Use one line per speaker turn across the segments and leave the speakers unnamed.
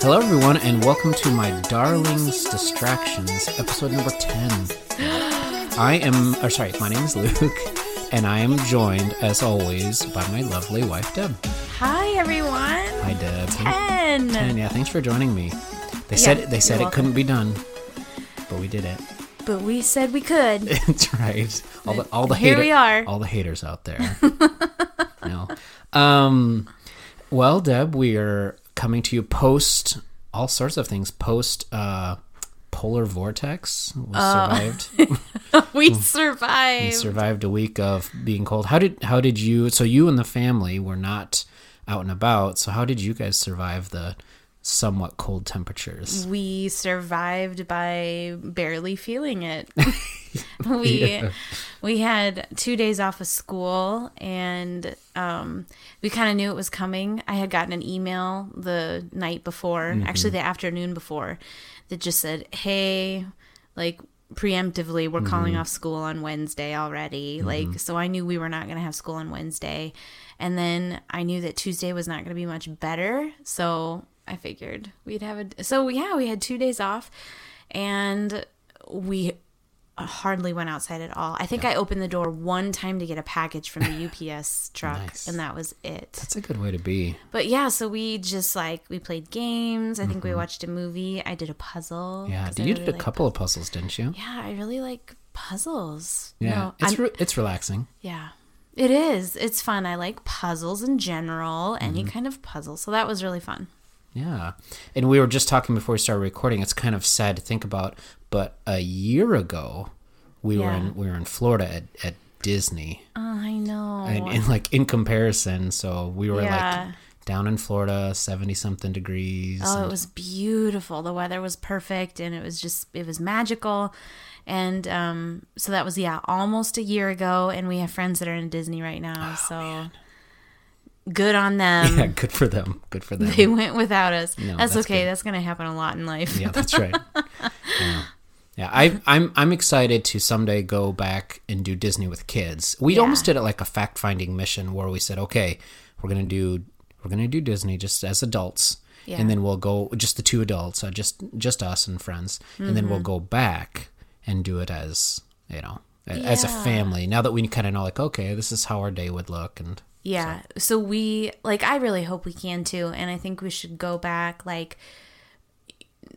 Hello, everyone, and welcome to my Darlings Distractions, episode number 10. I am, or sorry, my name is Luke, and I am joined, as always, by my lovely wife, Deb.
Hi everyone.
Hi, Deb.
Ten.
And yeah, thanks for joining me. They said
Yeah,
they said it
you're
couldn't be done, but we did it.
But we said we could.
That's right. All the all the
Here
hater-
we are.
All the haters out there. no. Um. Well, Deb, we are coming to you post all sorts of things. Post uh, polar vortex. We
Oh.
survived.
we
Mm. we
survived.
survived a week of being cold. How did how did you? So you and the family were not out and about. So how did you guys survive the somewhat cold
Mm.
temperatures?
We survived by barely feeling it. we we had two days off of school and um, we kind of knew it was coming. I had gotten an email the night before, actually the afternoon before, that just said, "Hey, like." preemptively we're calling off school on Wednesday already like so I knew we were not going to have school on Wednesday and then I knew that Tuesday was not going to be much better so I figured we'd have a so yeah we had 2 days off and we hardly went outside at all. I think I opened the door one time to get a package from the UPS truck,
Nice.
and that was it.
That's a good way to be.
But yeah, so we just like we played games. I think we watched a movie. I did a puzzle.
Mm-hmm. Yeah.
'cause I
You
really
did a
like-
couple of puzzles, didn't you?
Yeah, I really like puzzles.
Yeah.
No, I'm-
it's re- it's relaxing.
yeah. It is. It's fun. I like puzzles in general, any
Mm-hmm.
kind of puzzle. So that was really fun.
Yeah. And we were just talking before we started recording. It's kind of sad to think about, but a year ago we were
Yeah.
in we were in Florida at, at Disney.
Oh, I know.
And, and like in comparison, so we were
Yeah.
like down in Florida, 70 something degrees.
Oh, it
and-
was beautiful. The weather was perfect and it was just it was magical. And um so that was yeah, almost a year ago and we have friends that are in Disney right now. so good on them.
Oh, yeah, good for them. Good for them.
They went without us. that's,
that's
okay.
good.
That's going to happen a lot in life.
yeah, that's right. Yeah. Yeah, I, I'm I'm excited to someday go back and do Disney with kids. We almost did it like a fact finding mission where we said, okay, we're gonna do we're gonna do Disney just as adults,
Yeah.
and then we'll go just the two adults, uh, just just us and friends, and then we'll
Mm-hmm.
go back and do it as you know a- as a
Yeah.
family. Now that we kind of know, like, okay, this is how our day would look, and
Yeah. So. we like I really hope we can too and I think we should go back like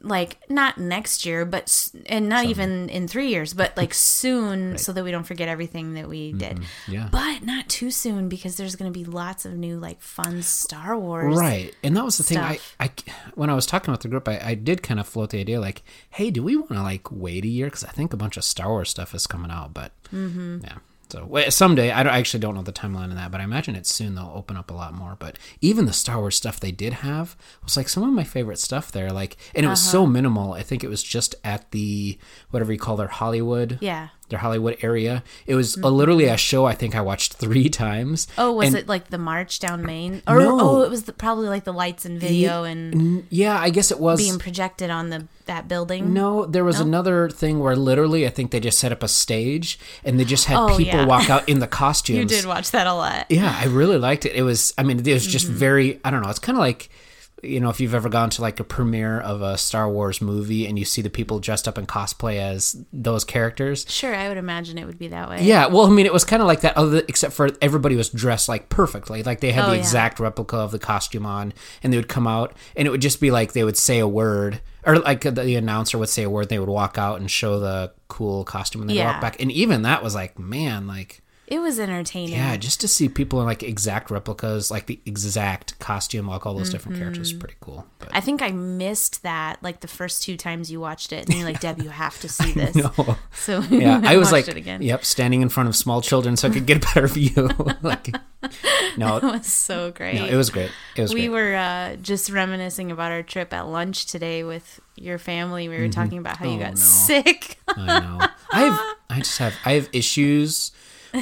like not next year but s- and not even in 3 years but like soon so that we don't forget everything that we did.
yeah.
But not too soon because there's going to be lots of new like fun Star Wars.
Right. And that was the thing I,
stuff.
I, when I was talking with the group, I, I did kind of float the idea like, hey, do we want to like wait a year? Cause I think a bunch of Star Wars stuff is coming out, but
Mm-hmm.
yeah. So wa- someday, I, don't, I actually don't know the timeline of that, but I imagine it's soon they'll open up a lot more. But even the Star Wars stuff they did have was like some of my favorite stuff there. Like, and it was so
Uh-huh.
minimal. I think it was just at the, whatever you call their Hollywood.
Yeah. Mm-hmm.
Their Hollywood area. It was uh, literally a show I think I watched three times.
Oh, was
And-
it like the march down Maine? Or
No.
oh, it was the, probably like the lights and video and
N- Yeah, I guess it was.
being projected on the that building.
No, there was another thing where literally I think they just set up a stage and they just had
Oh,
people
yeah.
walk out in the costumes.
You did watch that a lot.
Yeah, I really liked it. It was, I mean, it was
Mm-hmm.
just very, I don't know, it's kind of like, you know, if you've ever gone to like a premiere of a Star Wars movie and you see the people dressed up in cosplay as those characters.
Sure, I would imagine it would be that way.
Yeah, well, I mean, it was kind of like that, other except for everybody was dressed like perfectly, like they had
Oh,
the
yeah.
exact replica of the costume on, and they would come out, and it would just be like they would say a word, or like the, the announcer would say a word, and they would walk out and show the cool costume, and they
Yeah.
walk back, and even that was like, man, like
It was entertaining.
yeah, just to see people in like exact replicas, like the exact costume, like all those different characters,
Mm-hmm.
is pretty cool. But
I think I missed that like the first two times you watched it, and you're like, Deb, you have to see this.
no.
So
Yeah, I was
watched
like,
it again.
yep, standing in front of small children so I could get a better view. like, no,
It was so great.
No, it was great. It was
Oh, we
great.
were uh, just reminiscing about our trip at lunch today with your family. We were talking about how you
Oh,
got
no.
sick.
I know. I've I just have I have issues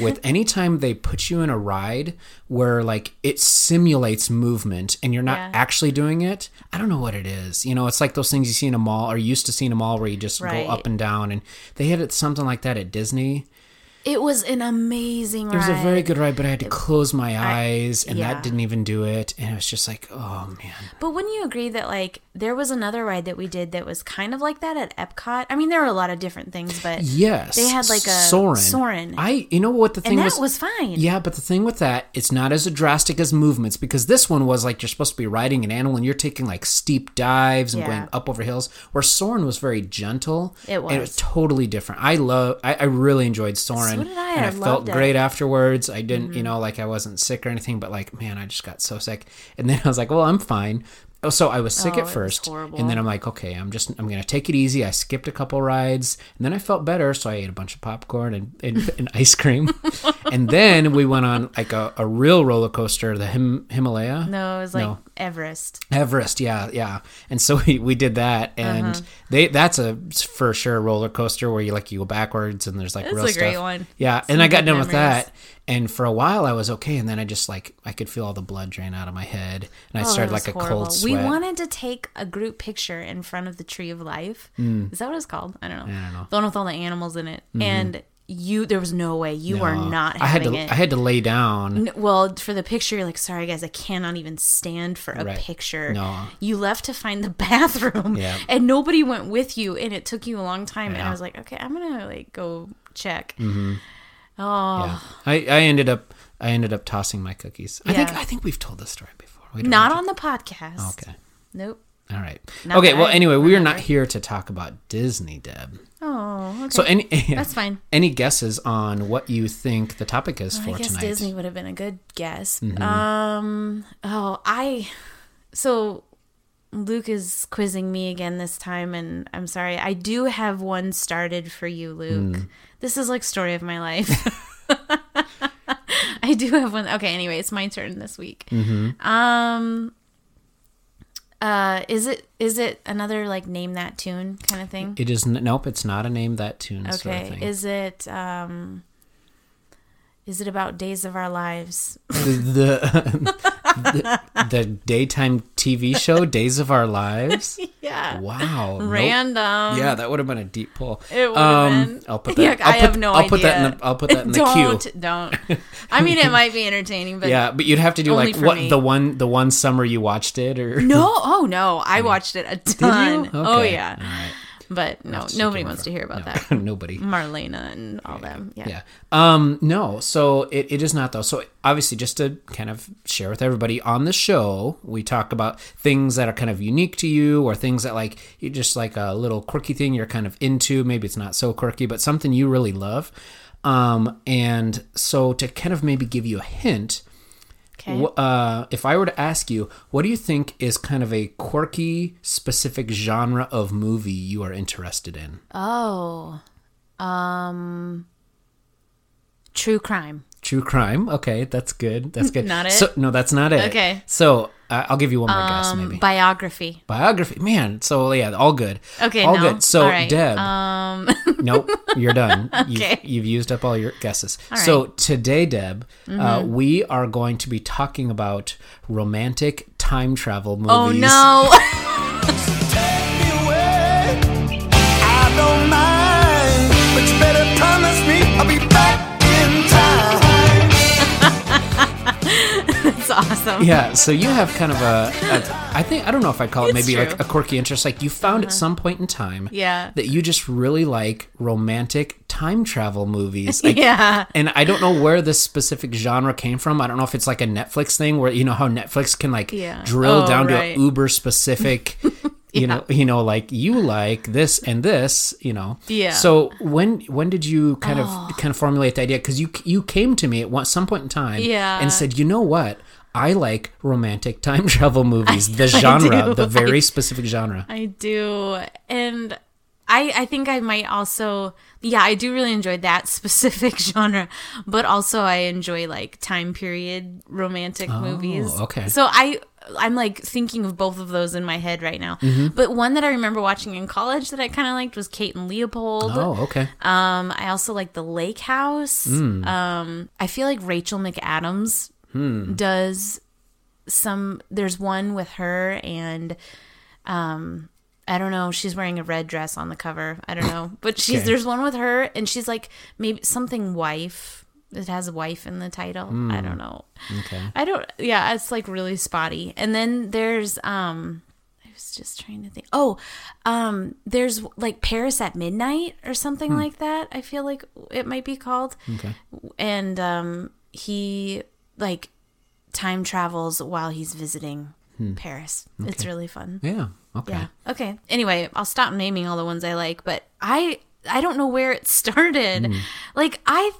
with any time they put you in a ride where like it simulates movement and you're not
Yeah.
actually doing it. I don't know what it is. You know, it's like those things you see in a mall or used to see in a mall where you just
Right.
go up and down and they had it something like that at Disney.
It was an amazing
It was a
ride.
very good ride, but I had to close my eyes, and
yeah.
that didn't even do it. And it was just like, oh man,
But wouldn't you agree that like there was another ride that we did that was kind of like that at Epcot? I mean, there were a lot of different things, but
yes.
They had, like, a
Soarin'.
Soarin'.
I, you know what the thing
and that
was,
was, fine.
Yeah, but the thing with that, it's not as drastic as movements because this one was like you're supposed to be riding an animal and you're taking like steep dives and
Yeah.
going up over hills. Where Soren was very gentle.
It
and it was
was.
totally different. I love. I, I really enjoyed Soren.
So did I.
And
I
I felt
loved it. Mm-hmm.
great afterwards. I didn't, you know, like I wasn't sick or anything, but like man, I just got so sick. And then I was like, well, I'm fine. Oh, so I was sick
Oh, it
at
was
first,
horrible.
and then I'm like, okay, I'm just, I'm gonna take it easy. I skipped a couple rides, and then I felt better, so I ate a bunch of popcorn and, and, and ice cream, and then we went on like a, a real roller coaster, the Him, Himalaya,
No, it was like
No.
Everest.
Everest, yeah, yeah. And so we, we did that,
Uh-huh.
and they that's a for sure roller coaster where you like you go backwards and there's like
That's
real
a great
stuff.
one.
Yeah, and I got
good
done with
memories.
that, and for a while I was okay, and then I just like I could feel all the blood drain out of my head, and I
Oh,
started
that was
like a
horrible.
cold sweat.
We wanted to take a group picture in front of the Tree of Life. Is that what it's called? I don't know.
Mm. I don't know.
The one with all the animals in it. And you, there was no way you were
Uh,
not
I had
having
to
it.
I had to lay down.
N- Well, for the picture, you're like, sorry guys, I cannot even stand for a
Right.
picture.
No.
You left to find the bathroom,
Yeah.
and nobody went with you, and it took you a long time. And
Yeah. Mm-hmm.
I was like, okay, I'm gonna like go check.
Yeah.
Oh,
I, I ended up I ended up tossing my cookies. I think
Yeah.
I think we've told this story before. We don't
not
need
on the podcast.
to- okay.
Nope.
All right.
Not
okay.
that
Well,
I
anyway, we are not here to talk about Disney, Deb.
Oh, okay.
So any
That's fine.
Any guesses on what you think the topic is for
I guess
tonight? Mm-hmm.
Disney would have been a good guess. Um. Oh, I. So, Luke is quizzing me again this time, and I'm sorry. I do have one started for you, Luke.
Mm.
This is like story of my life. I do have one. Okay. Anyway, it's my turn this week.
Mm-hmm.
Um. Uh, is it is it another like name that tune kind of thing?
It is n- nope. It's not a name that tune sort of
Okay.
thing.
Is it um is it about days of our lives?
the, the the daytime TV show Days of Our Lives.
yeah.
Wow. nope.
Random.
Yeah, that would have been a deep pull. Um,
It would have been.
I'll put
Yeah,
that. I'll
I
put,
have no
I'll put that in
idea.
the. I'll put that in the queue.
don't, don't. I mean, it might be entertaining, but
Yeah, but you'd have to do
Only
like
for
what
me.
the one the one summer you watched it or
no. Oh no, I watched it a ton.
Okay.
Oh yeah,
All right.
but no,
Just
nobody
checking
wants
for-
to hear about
no,
that.
Nobody.
Marlena and all them. Yeah.
Yeah. Um, no, so it, it is not though. So obviously just to kind of share with everybody on the show, we talk about things that are kind of unique to you or things that like you just like a little quirky thing you're kind of into. Maybe it's not so quirky, but something you really love. Um, and so to kind of maybe give you a hint,
Okay.
Wh- uh, if I were to ask you, what do you think is kind of a quirky, specific genre of movie you are interested in?
Oh, um, true crime.
True crime. Okay, that's good. That's good.
Not it?
So, no, that's not it.
Okay.
So uh, I'll give you one more guess,
Um,
maybe.
biography.
Biography. Man, so yeah, all good.
Okay,
All
no.
good. So,
All right.
Deb.
Um,
nope, you're done.
Okay.
You've, you've used up all your guesses.
right. Mm-hmm.
So today, Deb, uh, we are going to be talking about romantic time travel movies.
oh no.
Take me away. I don't mind, but you better promise me I'll be back in time.
That's awesome.
Yeah, so you have kind of a, a I think I don't know if I'd call
It's
it maybe
true. Uh-huh.
like a quirky interest. Like you found at some point in time
Yeah.
that you just really like romantic time travel movies. Like,
Yeah.
And I don't know where this specific genre came from. I don't know if it's like a Netflix thing where you know how Netflix can like
Yeah.
drill
Oh,
down
right.
to a uber specific you know you know like you like this and this, you know.
Yeah. Oh.
So when when did you kind of kind of formulate the idea cuz you you came to me at one, some point in time
Yeah.
and said, "You know what? I like romantic time travel movies, the genre,
do.
the very specific genre."
I do. And I I think I might also yeah, I do really enjoy that specific genre, but also I enjoy like time period romantic movies.
Oh, okay.
So I I'm like thinking of both of those in my head right now.
Mm-hmm.
But one that I remember watching in college that I kind of liked was Kate and Leopold.
Oh, okay.
Um I also like The Lake House.
Mm.
Um I feel like Rachel McAdams
Hmm.
does some there's one with her and um, I don't know. She's wearing a red dress on the cover. I don't know, but she's
Okay.
there's one with her, and she's like maybe something wife. It has wife in the title. I don't know.
Hmm. Okay.
I don't. Yeah, it's like really spotty. And then there's um, I was just trying to think. Oh, um, there's like Paris at midnight or something
Hmm.
like that. I feel like it might be called.
Okay.
And um, he like time travels while he's visiting Paris. It's really fun.
Hmm. Yeah. Okay.
Yeah. Okay. Anyway, I'll stop naming all the ones I like, but I I don't know where it started.
Hmm.
Like I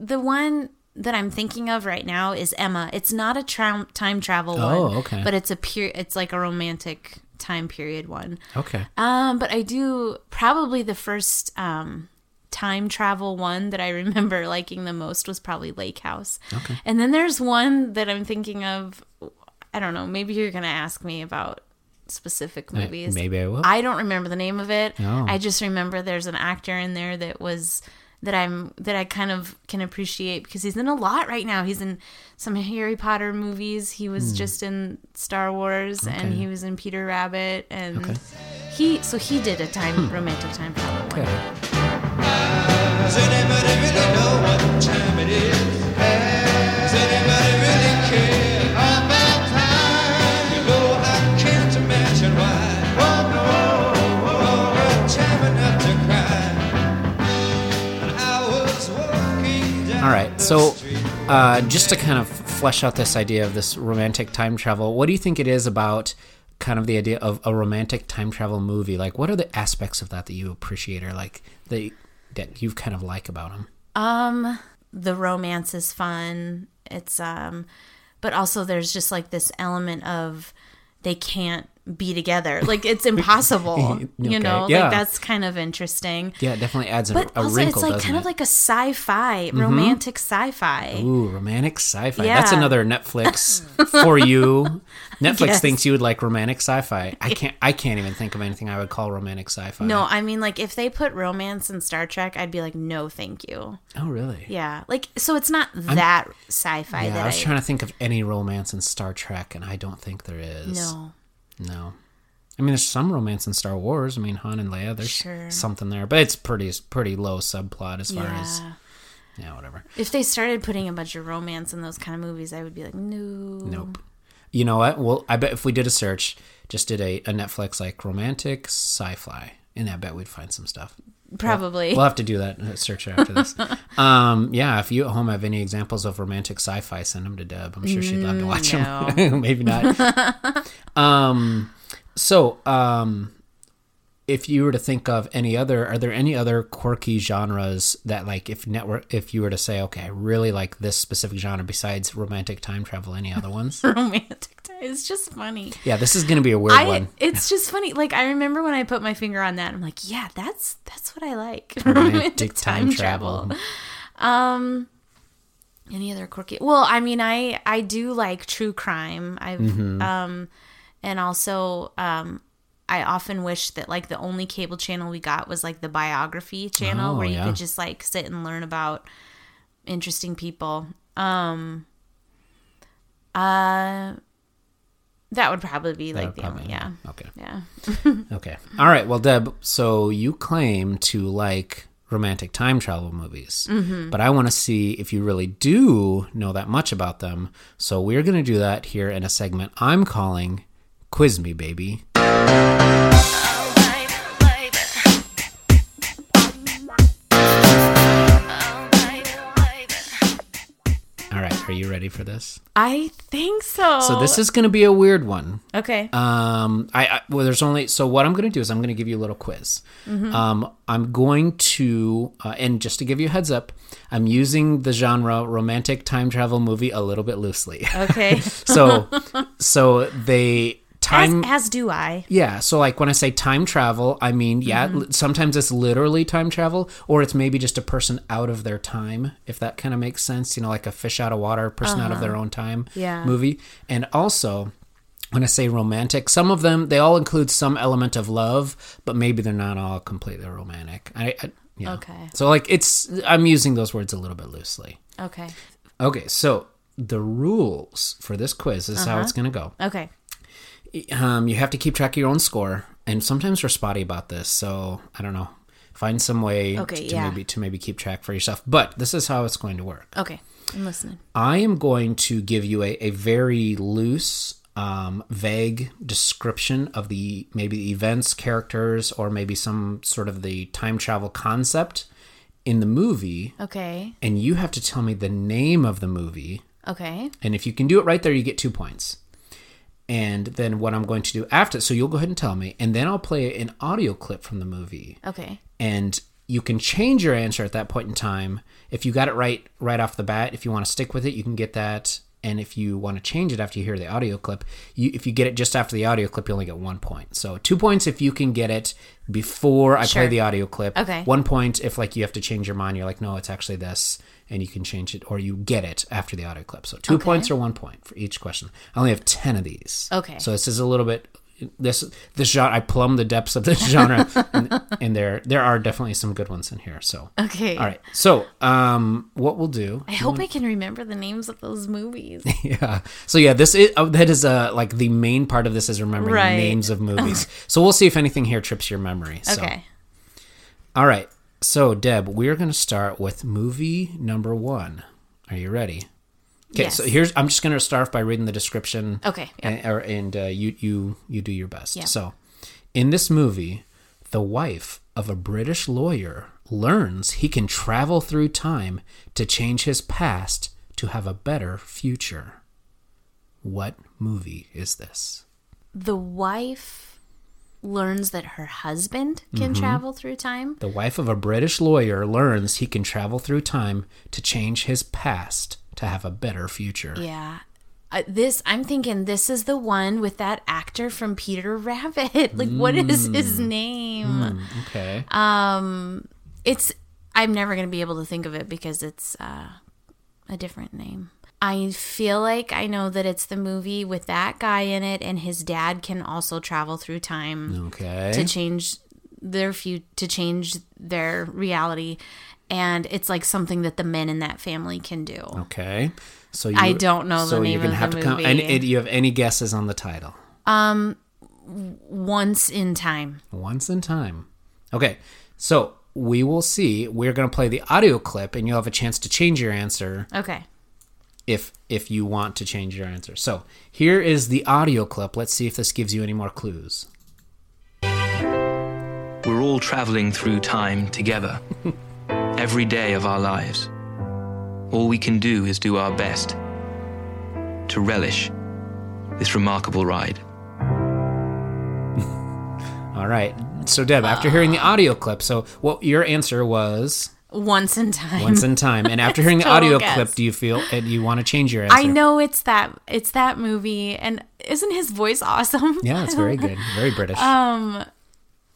the one that I'm thinking of right now is Emma. It's not a tra- time travel one,
Oh, okay.
but it's a period it's like a romantic time period one.
Okay.
Um, but I do probably the first um time travel one that I remember liking the most was probably Lake House. Okay. And then there's one that I'm thinking of I don't know, maybe you're gonna ask me about specific
Uh,
movies.
Maybe I will.
I don't remember the name of it.
Oh.
I just remember there's an actor in there that was that I'm that I kind of can appreciate because he's in a lot right now. He's in some Harry Potter movies. He was just in Star Wars and
Hmm. Okay.
he was in Peter Rabbit and
Okay. Hmm.
he so he did a time romantic time travel. one.
okay.
Does anybody really know what time it is? Does anybody really care about time? You know I can't imagine why. Oh no, oh, oh, time enough to cry. And I was walking down
All right.
the
So,
street.
uh, just to kind of flesh out this idea of this romantic time travel, what do you think it is about kind of the idea of a romantic time travel movie? Like, what are the aspects of that that you appreciate or like that that you kind of like about them?
Um, the romance is fun. It's um, but also there's just like this element of they can't be together. Like it's impossible.
Okay,
You know,
yeah.
like that's kind of interesting.
Yeah, it definitely adds a,
But
a
also,
wrinkle,
it's like
doesn't
kind
it? Mm-hmm.
of like a sci-fi, romantic sci-fi.
Ooh, romantic sci-fi.
Yeah.
That's another Netflix for you. Netflix
Yes.
thinks you would like romantic sci-fi. I can't. I can't even think of anything I would call romantic sci-fi.
No, I mean, like if they put romance in Star Trek, I'd be like, no, thank you.
Oh, really?
Yeah, like so it's not that sci-fi.
Yeah,
that
I was trying to think of any romance in Star Trek, and I don't think there is.
No,
No. I mean, there's some romance in Star Wars. I mean, Han and Leia, there's
Sure.
something there, but it's pretty pretty low subplot as far as
yeah.
yeah, whatever.
If they started putting a bunch of romance in those kind of movies, I would be like, no,
Nope. You know what? Well, I bet if we did a search, just did a, a Netflix like romantic sci-fi, and I bet we'd find some stuff.
probably.
We'll have to do that uh, search after this. um, yeah, if you at home have any examples of romantic sci-fi, send them to Deb. I'm sure she'd love
Mm,
to watch them. Maybe not. um, so, um, if you were to think of any other, are there any other quirky genres that, like, if network, if you were to say, okay, I really like this specific genre besides romantic time travel, any other ones?
romantic time. It's just funny.
yeah, this is going to be a weird
I
one.
it's just funny. Like I remember when I put my finger on that, I'm like, yeah, that's that's what I like.
Romantic time
Um any other quirky well, I mean I I do like true crime. I've um and also um I often wish that like the only cable channel we got was like the biography channel
Oh,
where you
yeah.
could just like sit and learn about interesting people. Um uh that would probably be like the only yeah.
Okay.
Yeah.
Okay. All right. Well, Deb, so you claim to like romantic time travel movies, but I want to see if you really do know that much about them. So we're going to do that here in a segment I'm calling Quiz Me, Baby. All right. Are you ready for this?
I think so.
So this is going to be a weird one.
Okay.
Um, I, I well, there's only so what I'm going to do is I'm going to give you a little quiz. Um, I'm going to uh, and just to give you a heads up, I'm using the genre romantic time travel movie a little bit loosely.
okay.
so, so they
as,
time.
as do I.
Yeah, so like when I say time travel, I mean, yeah,
Mm-hmm.
li- sometimes it's literally time travel, or it's maybe just a person out of their time, if that kind of makes sense. You know, like a fish out of water, person out of their own time
Uh-huh. Yeah.
movie. And also, when I say romantic, some of them, they all include some element of love, but maybe they're not all completely romantic. I, I you know.
Okay.
So, like, it's, I'm using those words a little bit loosely.
Okay.
Okay, so the
Uh-huh.
rules for this quiz this is how it's going to go
Okay.
um, you have to keep track of your own score. and sometimes we're spotty about this, so I don't know. Find some way
Okay,
to
yeah.
maybe to maybe keep track for yourself. But this is how it's going to work.
Okay, I'm listening.
I am going to give you a, a very loose, um, vague description of the maybe the events, characters, or maybe some sort of the time travel concept in the movie.
Okay,
And you have to tell me the name of the movie.
okay,
And if you can do it right there, you get two points. And then what I'm going to do after, so you'll go ahead and tell me, and then I'll play an audio clip from the movie
okay,
and you can change your answer at that point in time. If you got it right right off the bat, if you want to stick with it, you can get that. And if you want to change it after you hear the audio clip, you, if you get it just after the audio clip, you only get one point. So two points if you can get it before I play
Sure.
the audio clip.
Okay.
One point if like you have to change your mind, you're like, no, it's actually this, and you can change it, or you get it after the audio clip. So two points or one point for each question. I only have ten of these.
Okay.
So this is a little bit this this genre. I plumb the depths of this genre, and, and there there are definitely some good ones in here. So
okay.
all right. So um, what we'll do?
I hope I can remember the names of those movies.
Yeah. So yeah, this is oh, that is uh like the main part of this is remembering
Right.
names of movies. so we'll see if anything here trips your memory. So.
Okay.
All right. So Deb, we're gonna start with movie number one. Are you ready? Okay.
Yes.
So here's I'm just gonna start off by reading the description.
Okay, yeah.
And, or, and uh, you you you do your best.
Yeah.
So, in this movie, the wife of a British lawyer learns he can travel through time to change his past to have a better future. What movie is this?
The wife learns that her husband can
Mm-hmm.
travel through time.
The wife of a British lawyer learns he can travel through time to change his past to have a better future.
Yeah. Uh, this I'm thinking this is the one with that actor from Peter Rabbit. Like what is his
Hmm.
name?
Okay.
Um, It's I'm never going to be able to think of it because it's uh, a different name. I feel like I know that it's the movie with that guy in it and his dad can also travel through time.
okay.
to change their few to change their reality and it's like something that the men in that family can do
Okay. So you,
I don't know the
so
name
you're gonna
of
have
the
to come.
movie.
And, and you have any guesses on the title?
once in time
Once in time. Okay. So we will see. We're gonna play the audio clip, and you'll have a chance to change your answer
okay
if if you want to change your answer. So here is the audio clip. Let's see if this gives you any more clues.
We're all traveling through time together, every day of our lives. All we can do is do our best to relish this remarkable ride.
All right. So Deb, after hearing the audio clip, so what your answer was
once in time
once in time, and after hearing the
Total
audio
guess.
clip, do you feel and you want to change your answer?
i know it's that it's that movie and isn't his voice awesome
Yeah, it's very good, very British.
Um,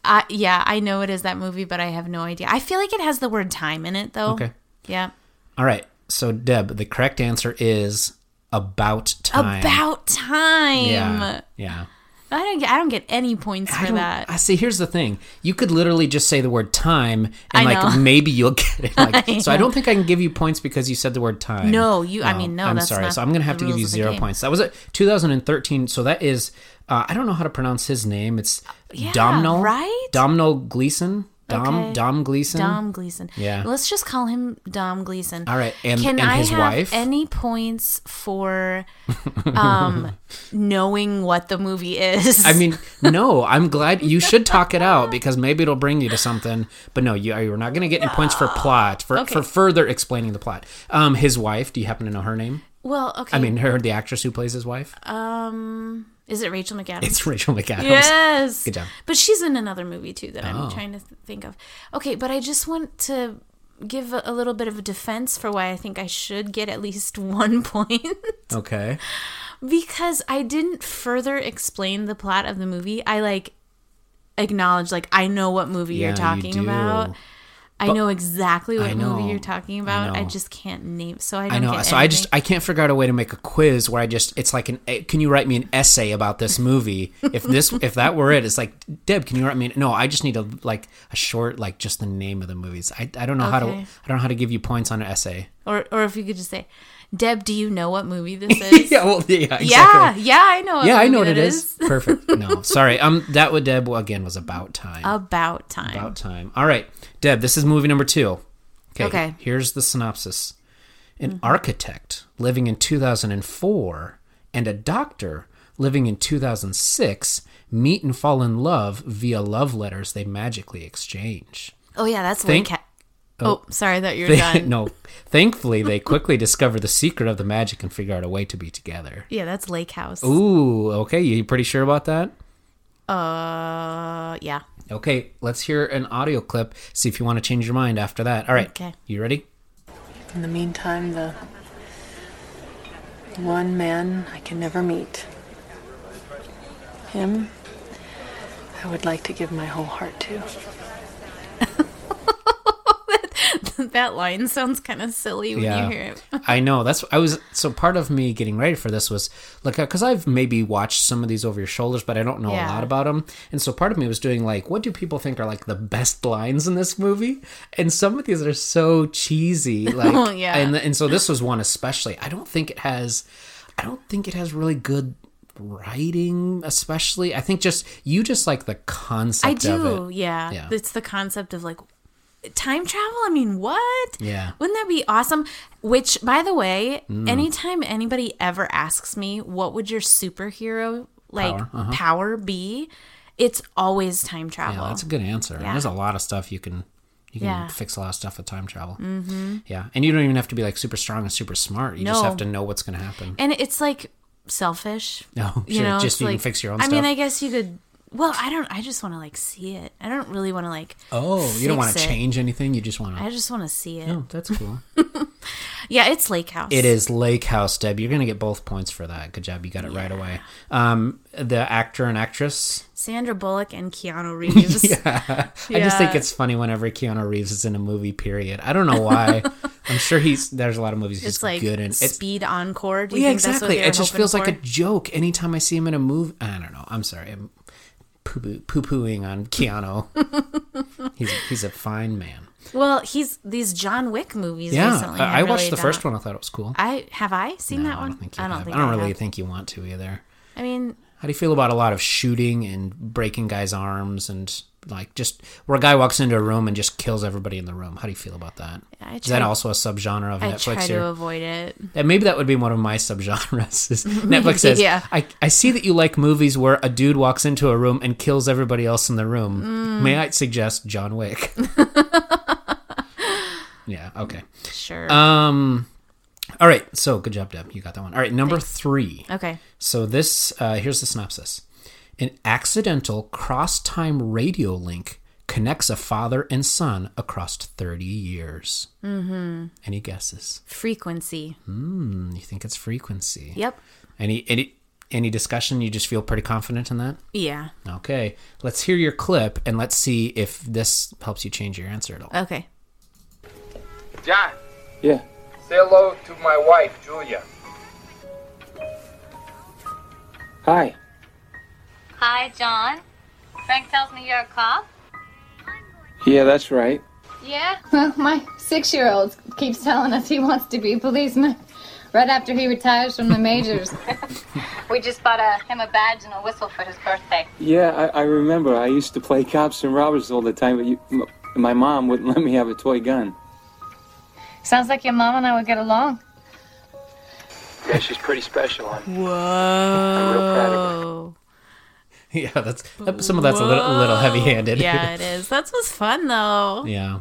I, yeah i know it is that movie but i have no idea i feel like it has the word time in it though
Okay.
yeah
All right. So Deb, the correct answer is about time.
about time
yeah, yeah.
i don't get i don't get any points for
I don't.
that
I see. Here's the thing: you could literally just say the word time, and
I
like
know.
maybe you'll get it. Like, so I don't think I can give you points because you said the word time. Oh,
No, you- I mean, no,
I'm
that's
sorry.
not
so I'm gonna have
the
to give you
rules of the
zero
game.
points. That was it. 2013. So that is. Uh, I don't know how to pronounce his name. It's
Yeah,
Domhnall.
right?
Domhnall Gleeson. Dom.
Okay.
Dom Gleeson.
Dom Gleason.
Yeah.
Let's just call him Dom Gleason.
All right, and-
can
and
I
his
have
wife?
any points for um, knowing what the movie is?
I mean, no, I'm glad you should talk it out because maybe it'll bring you to something. But no, you, uh, you're not going to get any points for plot, for,
Okay.
for further explaining the plot. Um, his wife, do you happen to know her name?
well, okay.
I mean, her, the actress who plays his wife?
Um, is it Rachel McAdams?
it's Rachel McAdams.
yes.
Good job.
But she's in another movie too that
Oh.
I'm trying to th- think of. Okay, but I just want to give a, a little bit of a defense for why I think I should get at least one point.
Okay.
because I didn't further explain the plot of the movie. I like acknowledge like I know what movie
Yeah, you
you're talking
do.
about. I know exactly
I
what
know.
movie you're talking about. I,
know.
just can't name so I don't
I know.
Get
So I just I can't figure out a way to make a quiz where I just it's like an eh, can you write me an essay about this movie? If this if that were it, it's like Deb, can you write me? An, no, I just need a like a short like just the name of the movies. I, I don't know how to
Okay.
I don't know how to give you points on an essay.
or or if you could just say Deb, do you know what movie this is?
yeah, well, yeah, exactly.
yeah, yeah, I know. What
yeah, I
movie
know what
that
it is. Perfect. No, sorry. Um, that with Deb well, again was about time.
About time.
About time. All right, Deb. This is movie number two. Okay.
Okay.
Here's the synopsis: An architect living in 2004 and a doctor living in 2006 meet and fall in love via love letters they magically exchange.
oh yeah, that's
Think-
Link. Ha- oh, sorry that you're
They-
done.
no, thankfully they quickly discover the secret of the magic and figure out a way to be together.
Yeah, that's Lake House.
Ooh, okay, you pretty sure about that?
Uh, yeah.
Okay, let's hear an audio clip. See if you want to change your mind after that. All right.
Okay.
You ready?
In the meantime, the one man I can never meet. Him, I would like to give my whole heart to.
that line sounds kind of silly when you hear it.
I know. That's I was so part of me getting ready for this was like because I've maybe watched some of these over your shoulders, but I don't know a
Yeah.
lot about them. And so part of me was doing like, what do people think are like the best lines in this movie? And some of these are so cheesy. Like,
Oh, yeah.
And and so this was one especially. I don't think it has. I don't think it has really good writing especially i think just you just like the concept
I
of
do,
it
yeah.
Yeah.
It's the concept of like time travel. I mean, what?
Yeah. Mm.
Wouldn't that be awesome? Which, by the way, anytime anybody ever asks me, what would your superhero like
Power, uh-huh.
power, be? It's always time travel.
Yeah, Oh, that's a good answer. And
Yeah.
There's a lot of stuff you can you can
Yeah.
fix a lot of stuff with time travel. Mm-hmm. Yeah, and you don't even have to be like super strong and super smart. You just
No.
have to know what's going to happen.
and it's like selfish.
No, sure. just
it's
you can
like-
fix your own
I
stuff.
mean, I guess you could. Well, I don't. I just want to like see it. I don't really want to like.
oh, you
fix
don't want to
it.
change anything. You just want
I
to.
just want to see it.
Oh, that's cool.
Yeah, it's Lake House.
it is Lake House, Deb. You're going to get both points for that. Good job. You got it right away. Um, the actor and actress.
Sandra Bullock and Keanu Reeves.
I just think
Yeah.
it's funny whenever Keanu Reeves is in a movie. Period. I don't know why. I'm sure he's there's a lot of movies he's
It's like
good in. It's-
speed encore. Do you
yeah,
think
exactly. It
That's what
just feels like a joke anytime I see him in a movie. I don't know. I'm sorry. I'm poo pooing on Keanu. he's he's a fine man.
a well. He's these John Wick movies.
Yeah,
recently
I, I
have
watched
really
the first
done-
one. I thought it was cool.
I have I seen that
No,
one.
I don't think you have.
think
I don't really
have.
think you want to either.
I mean,
How do you feel about a lot of shooting and breaking guys' arms and like just where a guy walks into a room and just kills everybody in the room? How do you feel about that? Is
I
that
try-
also a subgenre of
I
Netflix?
try
or-
to avoid it.
And maybe that would be one of my subgenres. Is Netflix says,
Yeah.
I, I see that you like movies where a dude walks into a room and kills everybody else in the room. May I suggest John Wick? yeah, okay.
Sure.
Um, all right, so good job, Deb. You got that one. All right, number three.
okay.
So this uh, here's the synopsis: An accidental cross-time radio link connects a father and son across 30 years. Mm-hmm. Any guesses?
Frequency.
Hmm, You think it's frequency?
Yep.
Any any any discussion? You just feel pretty confident in that?
Yeah.
Okay. Let's hear your clip and let's see if this helps you change your answer at all.
Okay.
John,
Yeah.
say hello to my wife, Julia.
Hi.
Hi, John. Frank tells me you're a cop.
Yeah, that's right.
Yeah?
Well, my six year old keeps telling us he wants to be a policeman right after he retires from the majors.
We just bought a, him a badge and a whistle for his birthday.
Yeah, I, I remember. I used to play cops and robbers all the time, but you, m- my mom wouldn't let me have a toy gun.
Sounds like your mom and I would get along.
Yeah, she's pretty special. I'm
Whoa.
yeah, that's that- some of that's a little a little heavy-handed.
yeah, it is. That was fun though.
yeah.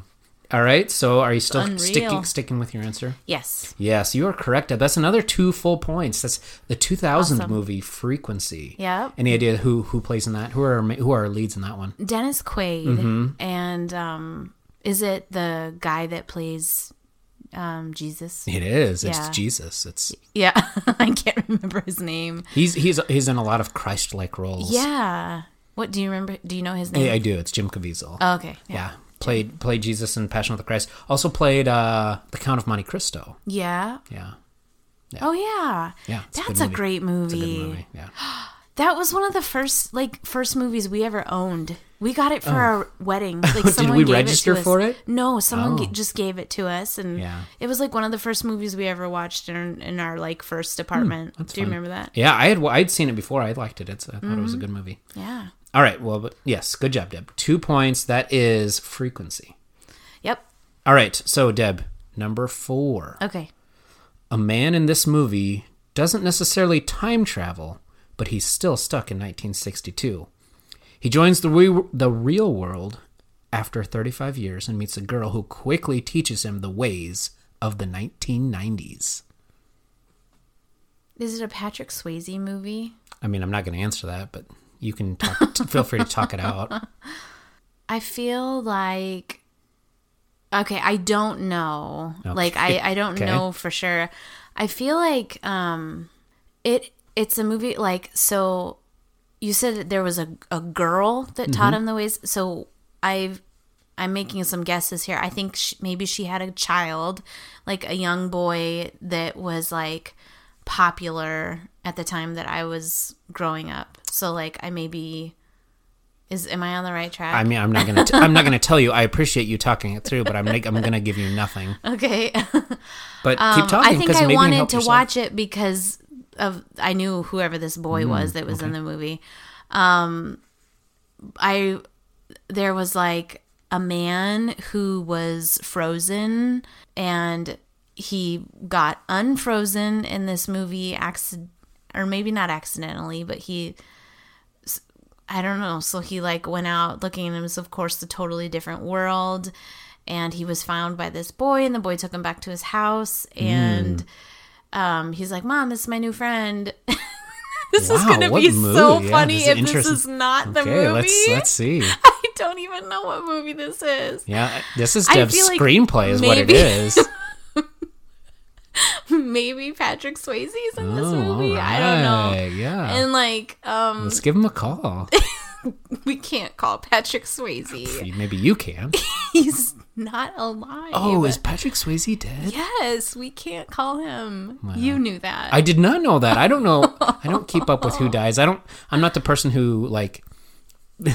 All right. So are you still
Unreal.
sticking sticking with your answer?
Yes.
Yes, you are correct. Deb. That's another two full points. That's the 2000
Awesome.
movie Frequency.
Yep.
Any idea who who plays in that? Who are our ma- who are our leads in that one?
Dennis Quaid
Mm-hmm.
and um is it the guy that plays um Jesus?
It is. It's
Yeah.
Jesus. It's
Yeah. I can't remember his name.
he's he's he's in a lot of Christ-like roles.
Yeah. What do you remember do you know his
I, I
name?
do. It's Jim Caviezel.
Oh, okay. Yeah.
Yeah. Played played Jesus in Passion of the Christ. Also played uh The Count of Monte Cristo.
Yeah.
Yeah.
Oh yeah.
Yeah. it's
That's
good
a, great movie.
It's a good movie. Yeah.
That was one of the first like first movies we ever owned. We got it for our wedding. Like
Oh. Did
someone
we
gave
register
it to us.
for it?
No, someone
Oh.
g- just gave it to us, and
Yeah.
it was like one of the first movies we ever watched in in our like first apartment. Do you
Hmm, fun.
remember that?
Yeah, I had well, I'd seen it before. I liked it. It's I thought it
Mm-hmm.
was a good movie.
Yeah.
All right. Well, but yes, good job, Deb. Two points. That is frequency.
Yep.
All right. So, Deb, number four.
Okay.
A man in this movie doesn't necessarily time travel, but he's still stuck in 1962. He joins the re- the real world after 35 years and meets a girl who quickly teaches him the ways of the 1990s.
Is it a Patrick Swayze movie?
I mean, I'm not going to answer that, but you can talk, t- feel free to talk it out.
I feel like okay, I don't know. Like
Okay.
I I don't
Okay.
know for sure. I feel like um it it's a movie like so you said that there was a a girl that taught
Mm-hmm.
him the ways. So I've I'm making some guesses here. I think sh maybe she had a child, like a young boy that was like popular at the time that I was growing up. So like I maybe is am I on the right track?
I mean, I'm not going to I'm not going to tell you. I appreciate you talking it through, but I'm like, I'm going to give you nothing.
Okay. um,
But keep
I
talking
think
because
I
maybe you can
wanted
help
to
yourself.
watch it because of I knew whoever this boy
Mm,
was that was in the movie. Um, I there was like a man who was frozen and he got unfrozen in this movie accident or maybe not accidentally, but he I don't know. So he like went out looking and it was of course a totally different world and he was found by this boy and the boy took him back to his house and
Mm.
um he's like, Mom, this is my new friend. this is
Wow,
gonna
what
be so
movie. Yeah,
funny
this is
if this
interesting.
is not the
Okay,
movie.
let's let's see.
I don't even know what movie this is.
Yeah, this is
I
Deb's
feel like
screenplay is what it
maybe-
is.
Maybe Patrick Swayze's in this
Oh,
movie.
all
I don't know.
right, Yeah.
And like, um,
Let's give him a call.
we can't call Patrick Swayze.
Maybe you can.
He's not alive.
Oh, is Patrick Swayze dead?
Yes, we can't call him. You knew that.
I did not know that. I don't know. I don't keep up with who dies. I don't. I'm not the person who like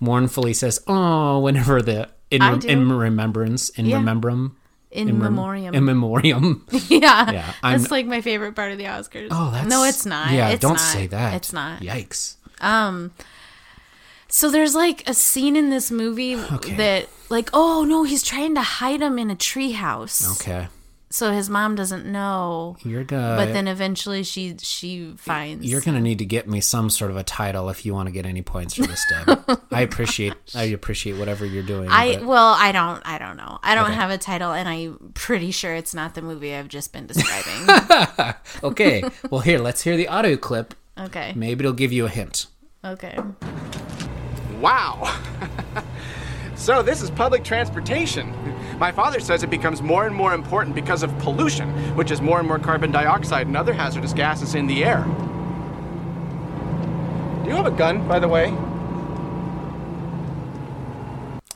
mournfully says "oh" whenever the in
I do.
in remembrance in
Yeah.
remembrum
in,
in rem-
memoriam.
in memoriam.
yeah.
Yeah, I'm-
That's like my favorite part of the Oscars.
Oh, that's
No, it's not.
Yeah,
It's
don't
not.
say that.
It's not.
Yikes.
So there's like a scene in this movie
Okay.
that like, oh no, he's trying to hide him in a treehouse.
Okay,
So his mom doesn't know.
you're gonna.
But then eventually she she finds
uh, You're gonna need to get me some sort of a title if you want to get any points for this, Deb. I appreciate I appreciate whatever you're doing.
I
but-
well, I don't I don't know. I don't
Okay.
have a title and I'm pretty sure it's not the movie I've just been describing.
okay. Well, here, let's hear the audio clip.
okay.
Maybe it'll give you a hint.
Okay.
Wow. so this is public transportation. My father says it becomes more and more important because of pollution, which is more and more carbon dioxide and other hazardous gases in the air. Do you have a gun, by the way?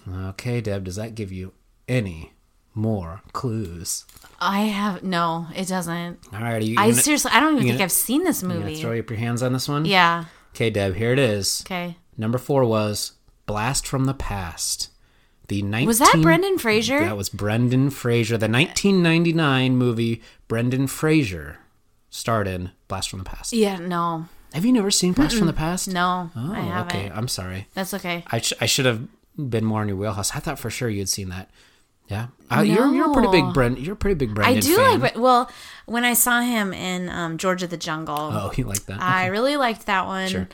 Okay, Deb, does that give you any more clues?
I have no, it doesn't.
All right, are you
I
gonna,
seriously, I don't even
you
think
gonna-
I've seen this
you gonna
movie.
throw up your hands on this one?
Yeah.
Okay, Deb, here it is.
Okay.
Number four was Blast from the Past. The 19-
Was that Brendan Fraser?
That was Brendan Fraser. The 1999 movie Brendan Fraser starred in Blast from the Past.
yeah. No.
Have you never seen Blast from the Past?
No.
Oh,
I haven't.
okay. I'm sorry.
That's okay.
I, sh- I should have been more in your wheelhouse. I thought for sure you'd seen that. Yeah, uh, you're you're a pretty
No.
big Brent. You're a pretty big
I
Brendan.
do
fan.
like. Well, when I saw him in um, George of the Jungle,
Oh, you like that?
I
Okay.
really liked that one.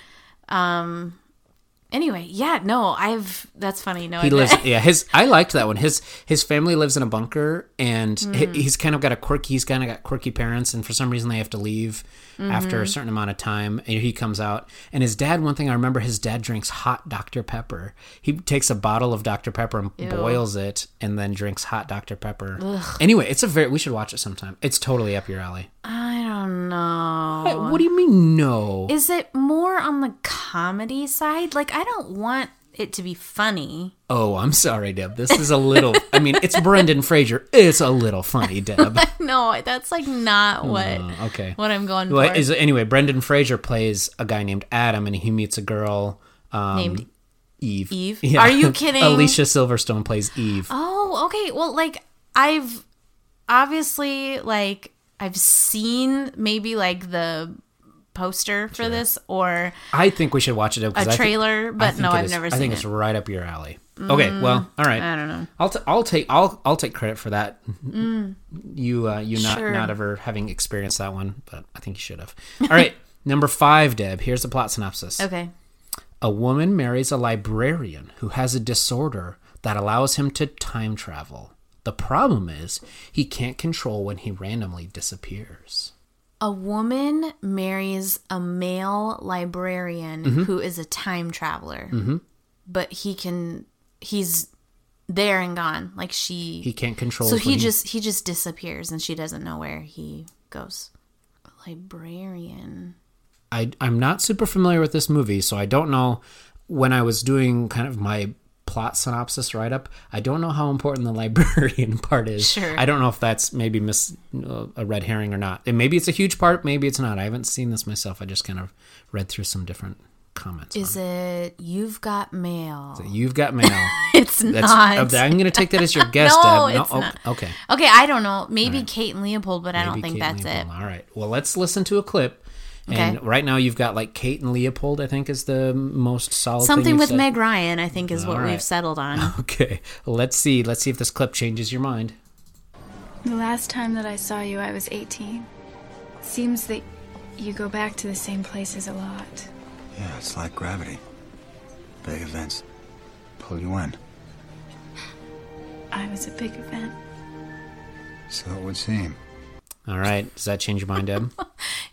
Um,
Sure.
Anyway, yeah. No, I've. That's funny. No,
He
I
lives. Yeah, his. I liked that one. His his family lives in a bunker, and
Mm.
he- he's kind of got a quirky. He's kind of got quirky parents, and for some reason they have to leave after a
Mm-hmm.
certain amount of time. And he comes out, and his dad. One thing I remember, his dad drinks hot Dr Pepper. He takes a bottle of Dr Pepper and boils it, and then drinks hot Dr Pepper. Anyway, it's a very. We should watch it sometime. It's totally up your alley.
I don't know.
Hey, what do you mean no?
Is it more on the comedy side? Like, I don't want it to be funny.
Oh, I'm sorry, Deb. This is a little. I mean, it's Brendan Fraser. It's a little funny, Deb.
No, that's like not what
Uh, okay.
what I'm going
Well,
for.
is, anyway, Brendan Fraser plays a guy named Adam, and he meets a girl um,
named
Eve.
Eve? Are you kidding?
Alicia Silverstone plays Eve.
Oh, okay. Well, like I've obviously like I've seen maybe like the poster for this or
I think we should watch it because
A
I thi-
trailer,
I
but
think
no,
it
I've
is-
never
I think
seen
it's
it. Mm,
right up your alley. okay, well, all right.
I don't know.
I'll, t- I'll take I'll I'll take credit for that.
Mm.
You uh, you not
Sure.
not ever having experienced that one, but I think you should have. All right, number five, Deb. Here's the plot synopsis.
Okay.
A woman marries a librarian who has a disorder that allows him to time travel. The problem is he can't control when he randomly disappears.
A woman marries a male librarian
Mhm.
who is a time traveler,
hmm
but he can he's there and gone. Like she
He can't control.
So
when
he just he just disappears and she doesn't know where he goes. Librarian.
I, I'm not super familiar with this movie, so I don't know. When I was doing kind of my plot synopsis write up, I don't know how important the librarian part is.
Sure.
I don't know if that's maybe mis- uh, a red herring or not. And maybe it's a huge part, maybe it's not. I haven't seen this myself. I just kind of read through some different comments.
Is it you've got mail?
So you've got mail.
It's not.
I'm going to take that as your guess,
No,
Deb.
it's
o-
not.
Okay.
Okay, I don't know. Maybe Kate and Leopold, but I don't
Maybe
think
Kate
that's
and
it.
Leopold. All right. Well, let's listen to a clip. And
Okay.
right now you've got like Kate and Leopold, I think is the most solid thing
Something
you've
with
said.
Meg Ryan, I think, is what
All
we've
right.
settled on.
Okay, let's see. Let's see if this clip changes your mind.
The last time that I saw you, I was 18. Seems that you go back to the same places a lot.
Yeah, it's like gravity. Big events pull you in.
I was a big event.
So it would seem.
All right, does that change your mind, Deb?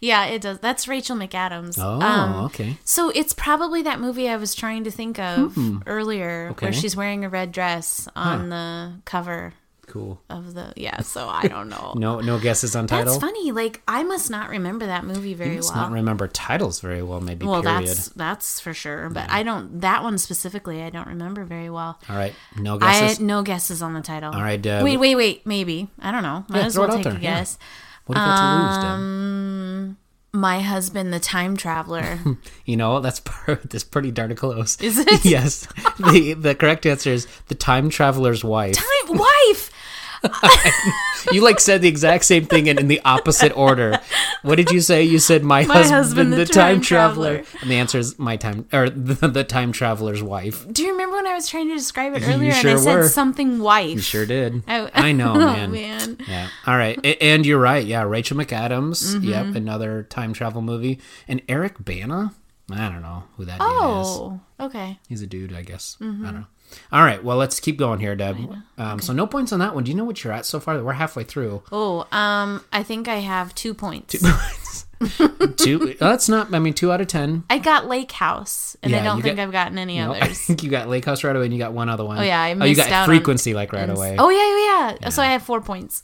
Yeah, it does. That's Rachel McAdams. Um,
Oh, okay.
So it's probably that movie I was trying to think of
Hmm.
earlier,
Okay.
where she's wearing a red dress on the cover
Cool.
of the. Yeah, so I don't know.
No, no guesses on title.
That's funny. Like I must not remember that movie very
you must
well.
not remember titles very well. Maybe.
well,
period.
that's that's for sure. But I don't that one specifically. I don't remember very well.
All right, no guesses.
I no guesses on the title.
Uh, All right, Deb.
Wait, wait, wait. Maybe I don't know. Might
Yeah,
as
throw
well
it out
take a
there, yeah.
guess.
What do you got to lose, Deb?
Um, my husband, the time traveler.
You know that's per- that's pretty darn close.
Is it?
yes. the The correct answer is the time traveler's wife.
My wife.
you like said the exact same thing and in the opposite order. What did you say? You said my, husband, the, time, traveler. and the answer is my time or the, the time traveler's wife.
Do you remember when I was trying to describe it
You
earlier
sure
and I said
were.
something wife?
You sure did.
I-
I, know,
Oh,
man.
man.
Yeah. All right. A- and you're right. Yeah. Rachel McAdams.
Mhm.
Yep. Another time travel movie. And Eric Bana. I don't know who that dude is.
Oh, okay.
He's a dude, I guess.
Mhm.
I don't know. All right. Well, let's keep going here, Deb. Um, So no points on that one. Do you know what you're at so far? We're halfway through.
Oh, um, I think I have two points.
Two. uh, that's not. I mean, two out of ten.
I got Lake House, and I
Yeah,
don't
you
think
got-
I've gotten any
No, I
others.
think you got Lake House right away, and you got one other one.
Oh, yeah, I
oh, you got
missed out on-
frequency like right away.
Oh yeah, yeah, yeah. So I have four points,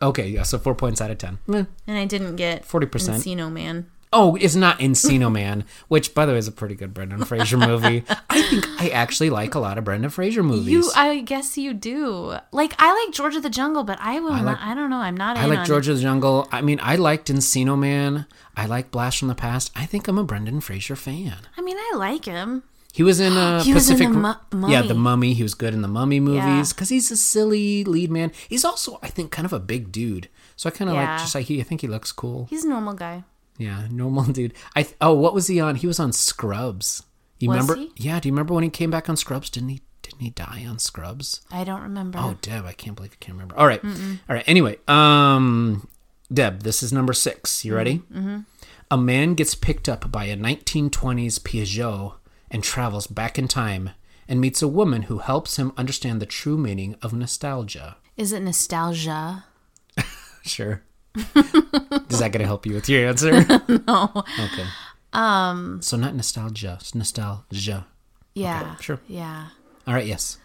oh.
Okay. Yeah. So four points out of ten. Meh.
and I didn't get
40%.
Encino Man.
Oh, it's not Encino Man, which by the way is a pretty good Brendan Fraser movie. I think I actually like a lot of Brendan Fraser movies.
You, I guess you do. Like I like George of the Jungle, but I will.
I
I,
like-
not, I don't know. I'm not.
I
in
like
on
George of the Jungle. I mean, I liked Encino Man. I like Blast from the Past. I think I'm a Brendan Fraser fan.
I mean, I like him.
He was in uh,
He was in
Pacific.
The Mu-
Yeah,
Mummy.
the Mummy. He was good in the Mummy movies
Yeah.
because he's a silly lead man. He's also, I think, kind of a big dude. So I kind of
Yeah.
like just like he. I think he looks cool.
He's a normal guy.
Yeah, normal dude. I th- oh, what was he on? He was on Scrubs. You
Was
remember?
he?
Yeah. Do you remember when he came back on Scrubs? Didn't he? Didn't he die on Scrubs?
I don't remember.
Oh, Deb, I can't believe I can't remember. All right. all right. Anyway, um, Deb, this is number six. You ready?
Mm-hmm.
A man gets picked up by a 1920s Peugeot and travels back in time and meets a woman who helps him understand the true meaning of nostalgia.
Is it nostalgia?
Sure. is that going to help you with your answer?
no.
Okay.
Um.
So not nostalgia, it's nostalgia.
Yeah.
Okay, sure.
Yeah.
All right, yes.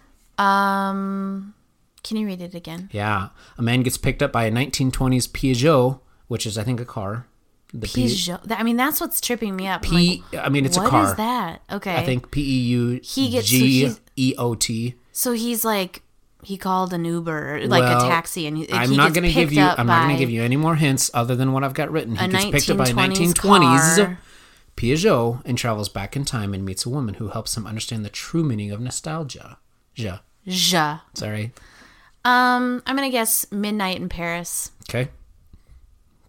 Um. Can you read it again?
Yeah. A man gets picked up by a 1920s Peugeot, which is, I think, a car. The P-
Peugeot. That- I mean, that's what's tripping me up. I'm
P-
like,
I mean, it's a
what
car.
is that? Okay.
I think P E U
He gets- so
G
he's-
E O T.
So he's like, he called an Uber, or like
Well,
a taxi, and he,
I'm
he
not
gets
going to
picked
give you.
up
I'm not going
by-
to give you any more hints other than what I've got written. He
a
gets picked up by a
1920s
1920s
car.
Piaget and travels back in time and meets a woman who helps him understand the true meaning of nostalgia. Ja.
Ja.
Sorry.
Um, I'm gonna guess midnight in Paris.
Okay.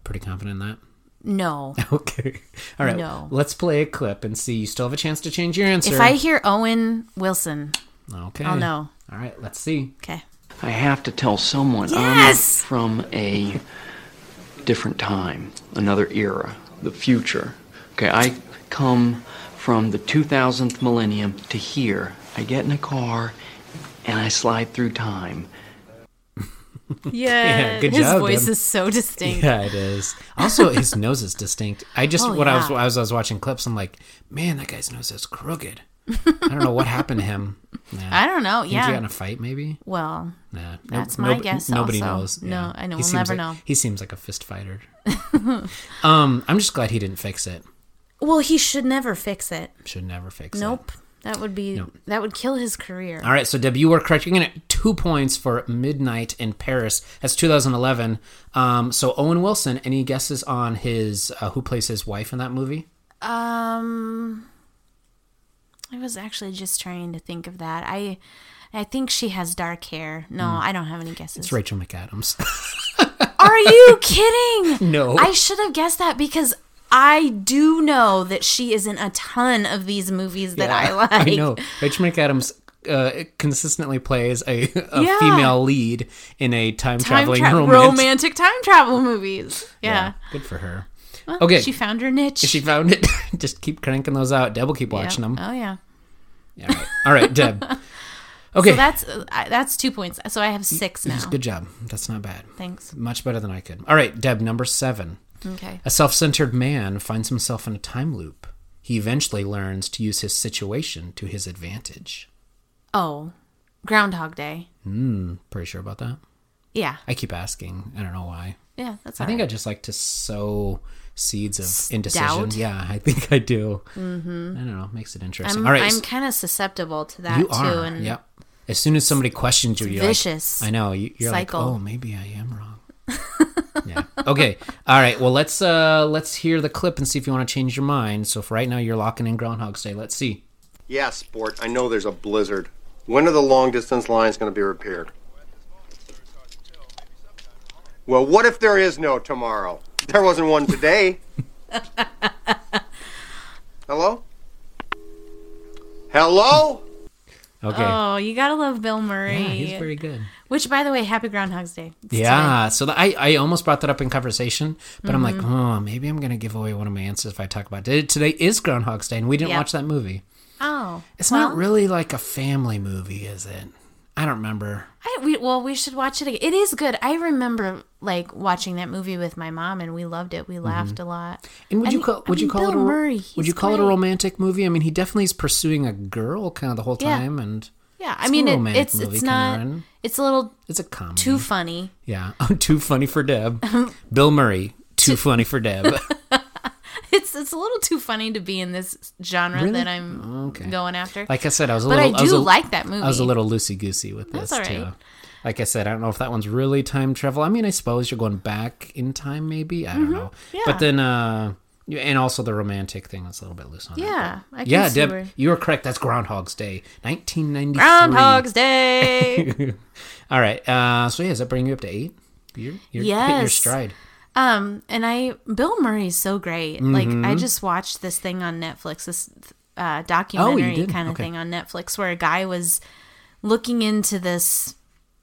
Pretty confident in that.
No.
Okay. All right.
No.
Let's play a clip and see. You still have a chance to change your answer.
If I Oh, hear Owen Wilson,
Okay.
I'll know.
All right. Let's see.
Okay.
I have to tell someone
Yes!
I'm from a different time, another era, the future. Okay, I come from the 2000th millennium to here. I get in a car and I slide through time.
Yeah.
good
his
job,
voice
Deb.
is so distinct.
Yeah, it is. Also, his nose is distinct. I just
Oh,
when I was
yeah.
as I was watching clips, I'm like, man, that guy's nose is crooked. I don't know what happened to him. Yeah.
I don't know,
Think He
yeah.
got in a fight, maybe.
Well,
Nah,
that's my guess
Nobody
also.
knows.
No, I know,
He
we'll
seems
never
like-
know.
He seems like a fist fighter. um, I'm just glad he didn't fix it.
well, he should never fix it.
Should never fix it.
Nope. That would be
Nope.
that would kill his career.
All right, so Deb, you were correct. You're gonna get two points for Midnight in Paris. That's 2011. Um, so Owen Wilson. Any guesses on his uh, who plays his wife in that movie?
Um, I was actually just trying to think of that. I, I think she has dark hair. No,
Hmm.
I don't have any guesses.
It's Rachel McAdams.
Are you kidding?
No.
I should have guessed that because I do know that she is in a ton of these movies that I like.
I know. Rachel McAdams uh, consistently plays a, a
Yeah.
female lead in a time
Time
traveling
tra-
romance.
romantic time travel movies. Yeah.
Good for her.
Well,
okay.
She found her niche.
She found it. Just keep cranking those out. Deb will keep
Yeah.
watching them.
Oh yeah.
All right, Deb. Okay.
So that's uh, I- that's two points. So I have six now.
Good job. That's not bad.
Thanks.
Much better than I could. All right, Deb, number seven.
Okay.
A self centered man finds himself in a time loop. He eventually learns to use his situation to his advantage.
Oh, Groundhog Day.
Hmm, pretty sure about that.
Yeah.
I keep asking. I don't know why.
Yeah, that's
I
all
think
right.
I just like to sow seeds of indecision.
Doubt?
Yeah, I think I do.
Mhm.
I don't know. Makes it interesting.
I'm,
All right,
I'm
s-
kind of susceptible to that
you
too.
are.
And
yep. As soon as somebody questions you,
it's
you're like-
vicious
I know. You, you're
cycle.
like, oh, maybe I am wrong. yeah. Okay. All right. Well, let's uh let's hear the clip and see if you want to change your mind. So, if right now you're locking in Groundhog's Day, let's see.
Yeah, sport. I know there's a blizzard. When are the long distance lines going to be repaired? Well, what if there is no tomorrow? There wasn't one today. Hello? Hello?
Okay.
Oh, you gotta love Bill Murray.
Yeah, he's very good.
Which, by the way, Happy Groundhog's Day. It's
Yeah, so the, I I almost brought that up in conversation, but I'm like,
Mhm.
oh, maybe I'm gonna give away one of my answers if I talk about it. Today is Groundhog's Day, and we didn't
Yep.
watch that movie.
today. Oh,
It's not really like a family movie, is it? I don't remember.
I, we, well, we should watch it again. It is good. I remember like watching that movie with my mom, and we loved it. We
Mm-hmm.
laughed a lot.
And would
I
you
mean-
call
I
would you
mean,
call
Bill
it a, ro-
Murray?
would
he's
you call it a
great.
romantic movie? I mean, he definitely is pursuing a girl kind of the whole
Yeah.
time, and
Yeah, I
it's a
mean, it,
romantic
it's
movie
it's
kinda, Mm-hmm.
not.
and-
It's a little.
It's a comedy.
Too funny.
yeah, too funny for Deb. Bill Murray, too funny for Deb.
It's it's a little too funny to be in this genre
Really?
that I'm going after.
Like I said, I was a
but
little.
I do
was a-
like that movie.
I was a little loosey goosey with this
That's all
too.
right.
Like I said, I don't know if that one's really time travel. I mean, I suppose you're going back in time, maybe. I don't know.
Mm-hmm. yeah.
But then, uh, you- and also the romantic thing was a little bit loose on that.
Yeah, I can
yeah,
see
Deb,
where-
you were correct. That's Groundhog's Day, 1993.
Groundhog's Day.
all right. Uh, so yeah, does that bring you up to eight? You're, you're hitting your
Yes.
stride.
Um, and I Bill Murray's so great.
Mhm.
Like I just watched this thing on Netflix, this uh, documentary
Oh, did?
kind of
Okay.
thing on Netflix, where a guy was looking into this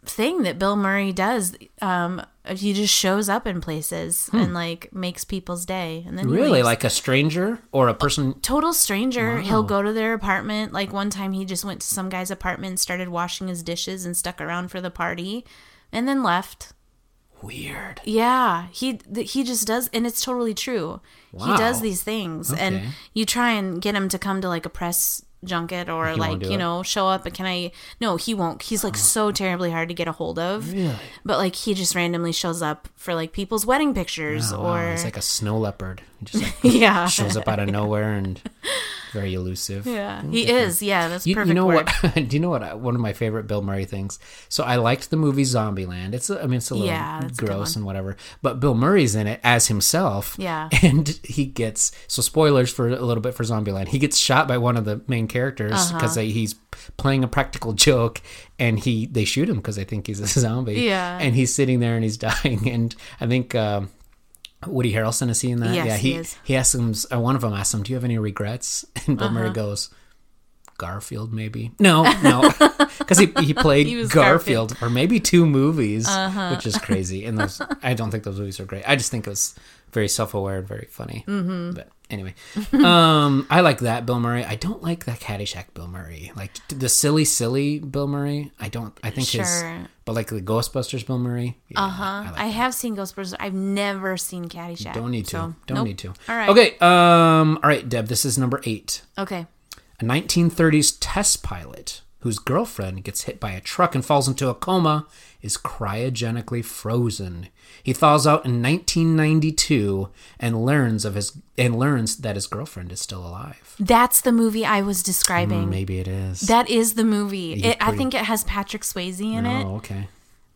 thing that Bill Murray does. Um, he just shows up in places
Hmm.
and like makes people's day, and then he
Really,
leaves.
like a stranger or a person?
total stranger.
Wow.
He'll go to their apartment. Like one time, he just went to some guy's apartment, and started washing his dishes, and stuck around for the party, and then left.
Weird.
Yeah, he th- he just does, and it's totally true.
Wow.
He does these things, and
Okay.
you try and get him to come to like a press junket or
He won't
like
do
you
it. Oh.
know show up. But can I? No, he won't. He's like so terribly hard to get a hold of.
Really?
But like he just randomly shows up for like people's wedding pictures
Oh,
or
wow, he's like a snow leopard. Just like
Yeah.
shows up out of nowhere and very elusive.
Yeah, he is. Yeah, that's
you,
perfect.
you know
word.
what? do you know what? I, one of my favorite Bill Murray things. So I liked the movie Zombieland. It's a- I mean it's a little
Yeah, that's a good
gross
one.
and whatever, but Bill Murray's in it as himself.
Yeah.
and he gets so spoilers for a little bit for Zombieland. He gets shot by one of the main characters
Uh-huh.
because he's playing a practical joke, and he they shoot him because they think he's a zombie.
Yeah.
and he's sitting there and he's dying, and I think. Um, Woody Harrelson is seeing that.
Yes,
yeah,
he
he
is.
he asks him. Or one of them asks him, "Do you have any regrets?" And Bill Murray
Uh-huh.
goes, Garfield, maybe. No, no, because he, he played
He was
Garfield,
Garfield.
for maybe two movies,
Uh-huh.
which is crazy. And those, I don't think those movies are great. I just think it was very self aware and very funny.
Mhm.
But anyway, um, I like that Bill Murray. I don't like that Caddyshack Bill Murray, like the silly, silly Bill Murray. I don't. I think his,
Sure.
but like the Ghostbusters Bill Murray. yeah,
uh huh. I, have seen Ghostbusters. I've never seen Caddyshack.
Don't need to.
so-
don't
Nope.
need to.
All right.
Okay. Um. All right, Deb. This is number eight.
Okay.
A 1930s test pilot whose girlfriend gets hit by a truck and falls into a coma is cryogenically frozen. He thaws out in 1992 and learns of his and learns that his girlfriend is still alive.
That's the movie I was describing.
Mm, maybe it is.
That is the movie.
You
It, I
pretty-
think it has Patrick Swayze in
oh,
it.
okay.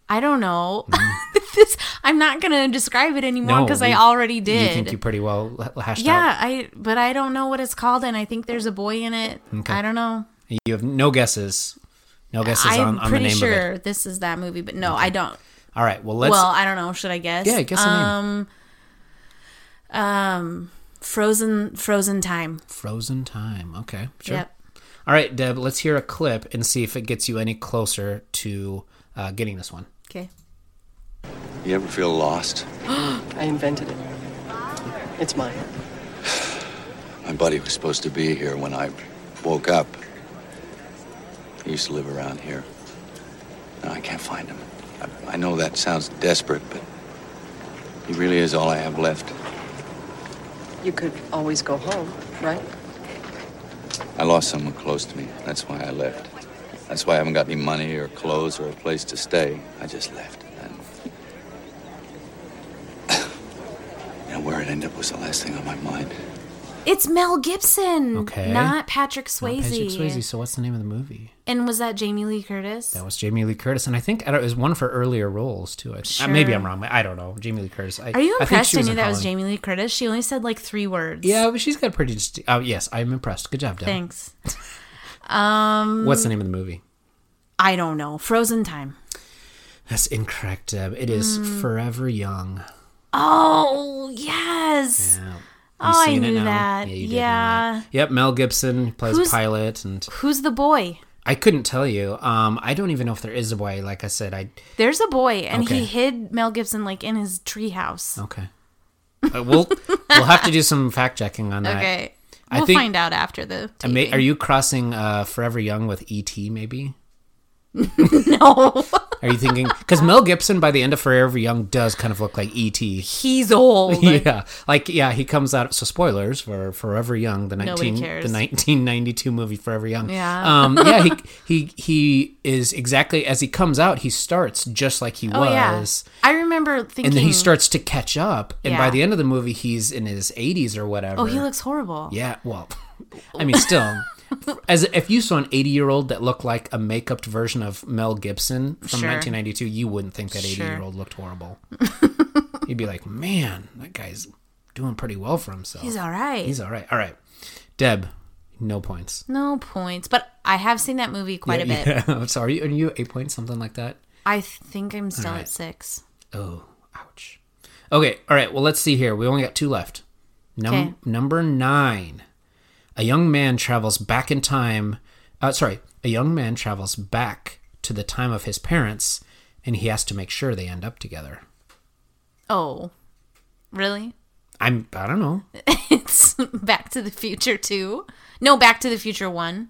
I don't know. this, I'm not gonna describe it anymore because
we-
I already did.
Mm-hmm. You think you pretty well h- hashed
yeah, I but I don't know what it's called, and I think there's a boy in it.
Okay.
I don't know.
out. You have no guesses. No guesses
I'm
on, on the
pretty
name of it.
sure this is that movie, but no, I don't.
All right. Well, let's
well, I don't know. Should I guess?
Yeah, guess the
um, um, Frozen, Frozen Time.
Frozen Time. Okay, sure.
Yep.
All right, Deb, let's hear a clip and see if it gets you any closer to uh, getting this one.
Okay.
You ever feel lost?
I invented it. It's mine.
My buddy was supposed to be here when I woke up. He used to live around here. No, I can't find him. I, I know that sounds desperate, but he really is all I have left.
You could always go home, right?
I lost someone close to me. That's why I left. That's why I haven't got any money or clothes or a place to stay. I just left. And, you know, where it ended up was the last thing on my mind.
It's Mel Gibson,
Okay.
not Patrick Swayze.
Patrick Swayze. So what's the name of the movie?
And was that Jamie Lee Curtis?
That was Jamie Lee Curtis, and I think I don't, it was one for earlier roles too. I, uh, maybe
Sure.
I'm wrong. I don't know. Jamie Lee Curtis. I,
Are you
I think
impressed?
she
I,
was
knew
in
that was
Holland.
Jamie Lee Curtis. She only said like three words.
Yeah, but she's got pretty. Disti- oh, yes, I'm impressed. Good job, Deb.
Thanks. Um,
What's the name of the movie?
I don't know. Frozen Time.
That's incorrect, Deb. It is
Mm.
Forever Young.
Oh yes.
Yeah. You
Oh, I
seeing it
knew
now?
that.
Yeah, you did know
Yeah.
Yep, Mel Gibson plays
Who's-
pilot, and
Who's the boy?
I couldn't tell you. Um, I don't even know if there is a boy. Like I said, I
There's a boy, and
Okay. Oh,
he hid Mel Gibson like in his treehouse.
Okay. Uh, we'll we'll have to do some fact checking on that.
Okay.
I
We'll
think-
find out after the.
I may- are you crossing uh, Forever Young with E.T. Maybe?
no.
Are you thinking because Mel Gibson by the end of Forever Young does kind of look like E.T.
He's old.
yeah, like yeah, he comes out. So spoilers for Forever Young, the
Nobody
nineteen
cares.
the nineteen ninety two movie Forever Young.
Yeah.
um, yeah. He he he is exactly as he comes out. He starts just like he
Oh yeah.
was.
I remember thinking.
And then he starts to catch up, and by
Yeah.
the end of the movie, he's in his 80s or whatever.
Oh, he looks horrible.
Yeah, well, I mean, still, as if you saw an 80 year old that looked like a make up version of Mel Gibson from
Sure.
1992, you wouldn't think that 80
Sure.
year old looked horrible. You'd be like, man, that guy's doing pretty well for himself.
He's all right.
He's all right. All right. Deb, no points.
No points, but I have seen that movie quite
Yeah,
a bit.
Yeah. I'm sorry. Are you eight points, something like that?
I think I'm still
All right.
at six.
Oh, ouch. Okay, all right. Well, let's see here. We only got two left. Num-
Okay.
Number nine. A young man travels back in time. Uh, sorry, a young man travels back to the time of his parents, and he has to make sure they end up together.
Oh, really?
I'm. I don't know.
it's Back to the Future two. No, Back to the Future one.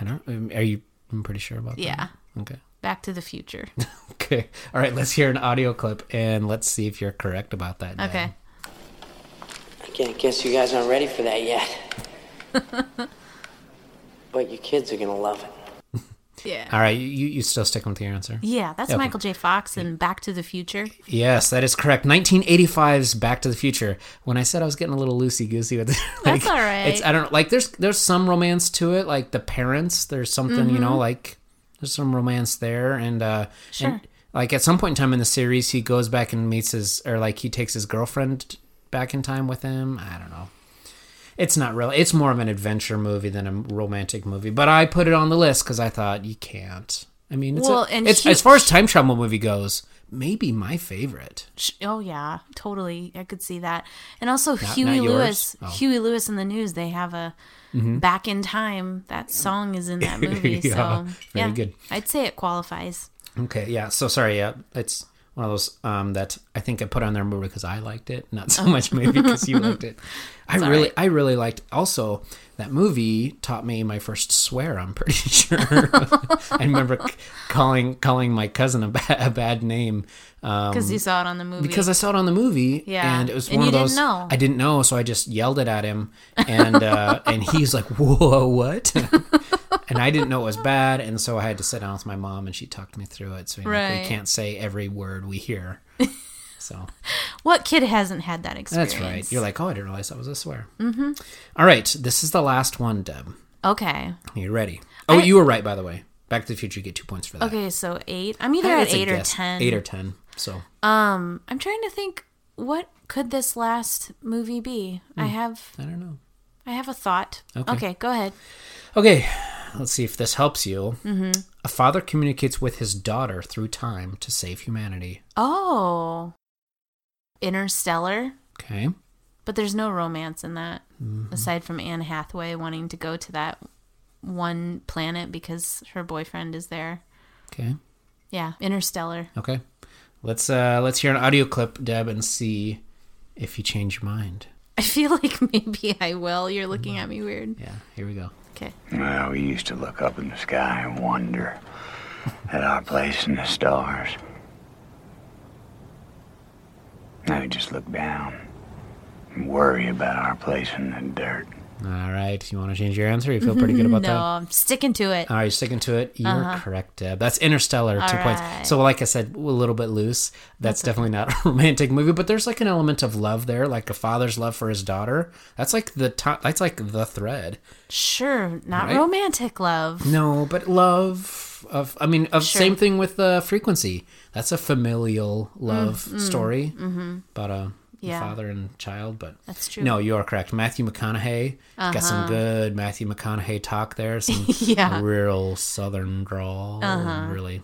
I don't. um, Are you? I'm pretty sure about that.
Yeah.
Okay.
Back to the Future.
Okay. All right. Let's hear an audio clip, and let's see if you're correct about that. Deb.
Okay.
I can't guess you guys aren't ready for that yet. but your kids are gonna love it.
Yeah.
All right, you you still sticking with your answer?
Yeah, that's
Okay.
Michael J. Fox and Back to the Future.
Yes, that is correct. 1985's Back to the Future. When I said I was getting a little loosey goosey with it, like,
That's all right.
It's I don't like there's there's some romance to it, like the parents. There's something you know
Mhm.
like there's some romance there, and uh,
Sure.
and like at some point in time in the series, he goes back and meets his or like he takes his girlfriend back in time with him. I don't know. It's not really. It's more of an adventure movie than a romantic movie, but I put it on the list because I thought you can't. I mean, it's, a-
Well, and
it's
he-
as far as time travel movie goes, maybe my favorite.
Sh- Oh yeah, totally. I could see that. And also
Not-
Huey
not yours?
Lewis.
Oh.
Huey Lewis in the news. They have a
Mhm.
Back in Time. That song is in that movie.
Yeah,
so
very
yeah,
good.
I'd say it qualifies.
Okay, yeah. So sorry, yeah. It's one of those um, that I think I put on there more because I liked it, not so
Oh.
much maybe because you liked it. I
It's all
really,
right.
I really liked. Also, that movie taught me my first swear. I'm pretty sure. I remember c- calling calling my cousin a, ba- a bad name um,
Because
because
you saw it on the movie.
Mm-hmm. because I saw it on the movie,
Yeah.
and it was
And
one
you
of
didn't
those
know.
I didn't know, so I just yelled it at him, and uh, and he's like, "Whoa, what?" and I didn't know it was bad, and so I had to sit down with my mom, and she talked me through it. So you know,
Right.
we can't say every word we hear. So
What kid hasn't had that experience?
that's right. You're like, "Oh, I didn't realize that was a swear."
Mm-hmm.
All right, this is the last one, Deb.
Okay.
Are you ready? Oh,
I-
you were right, by the way. Back to the Future, you get two points for that.
Okay, so eight. I'm either
I-
at
it's a
eight or
guess.
ten.
Eight or ten. So
Um, I'm trying to think what could this last movie be? I
Hmm,
have
I don't know.
I have a thought.
Okay.
go ahead.
Okay, let's see if this helps you.
Mhm.
A father communicates with his daughter through time to save humanity.
Oh. Interstellar,
Okay.
but there's no romance in that
Mhm.
aside from Anne Hathaway wanting to go to that one planet because her boyfriend is there.
Okay.
Yeah, Interstellar.
Okay. Let's uh let's hear an audio clip, Deb, and see if you change your mind.
I feel like maybe I will. You're looking at me
Mm-hmm.
weird.
Yeah. Here we go.
Okay.
Well, we used to look up in the sky and wonder at our place in the stars. Now we just look down and worry about our place in the dirt.
All right. You want to change your answer? You feel pretty good about
no,
that?
I'm sticking to it.
All right, you're sticking to it. You're
Uh-huh.
correct, Deb. That's Interstellar,
All
two
right.
points. So, like I said, a little bit loose. That's,
That's
definitely not a romantic movie, but there's like an element of love there, like a father's love for his daughter. That's like the to- that's like the thread.
Sure, not
Right?
romantic love.
No, but love of I mean, of
Sure.
same thing with uh, frequency. That's a familial love
mm,
story
mhm.
about a
Yeah.
father and child. But
That's true.
No, you are correct. Matthew McConaughey got some
Uh-huh.
good Matthew McConaughey talk there. Some
Yeah.
real southern drawl,
Uh-huh.
really.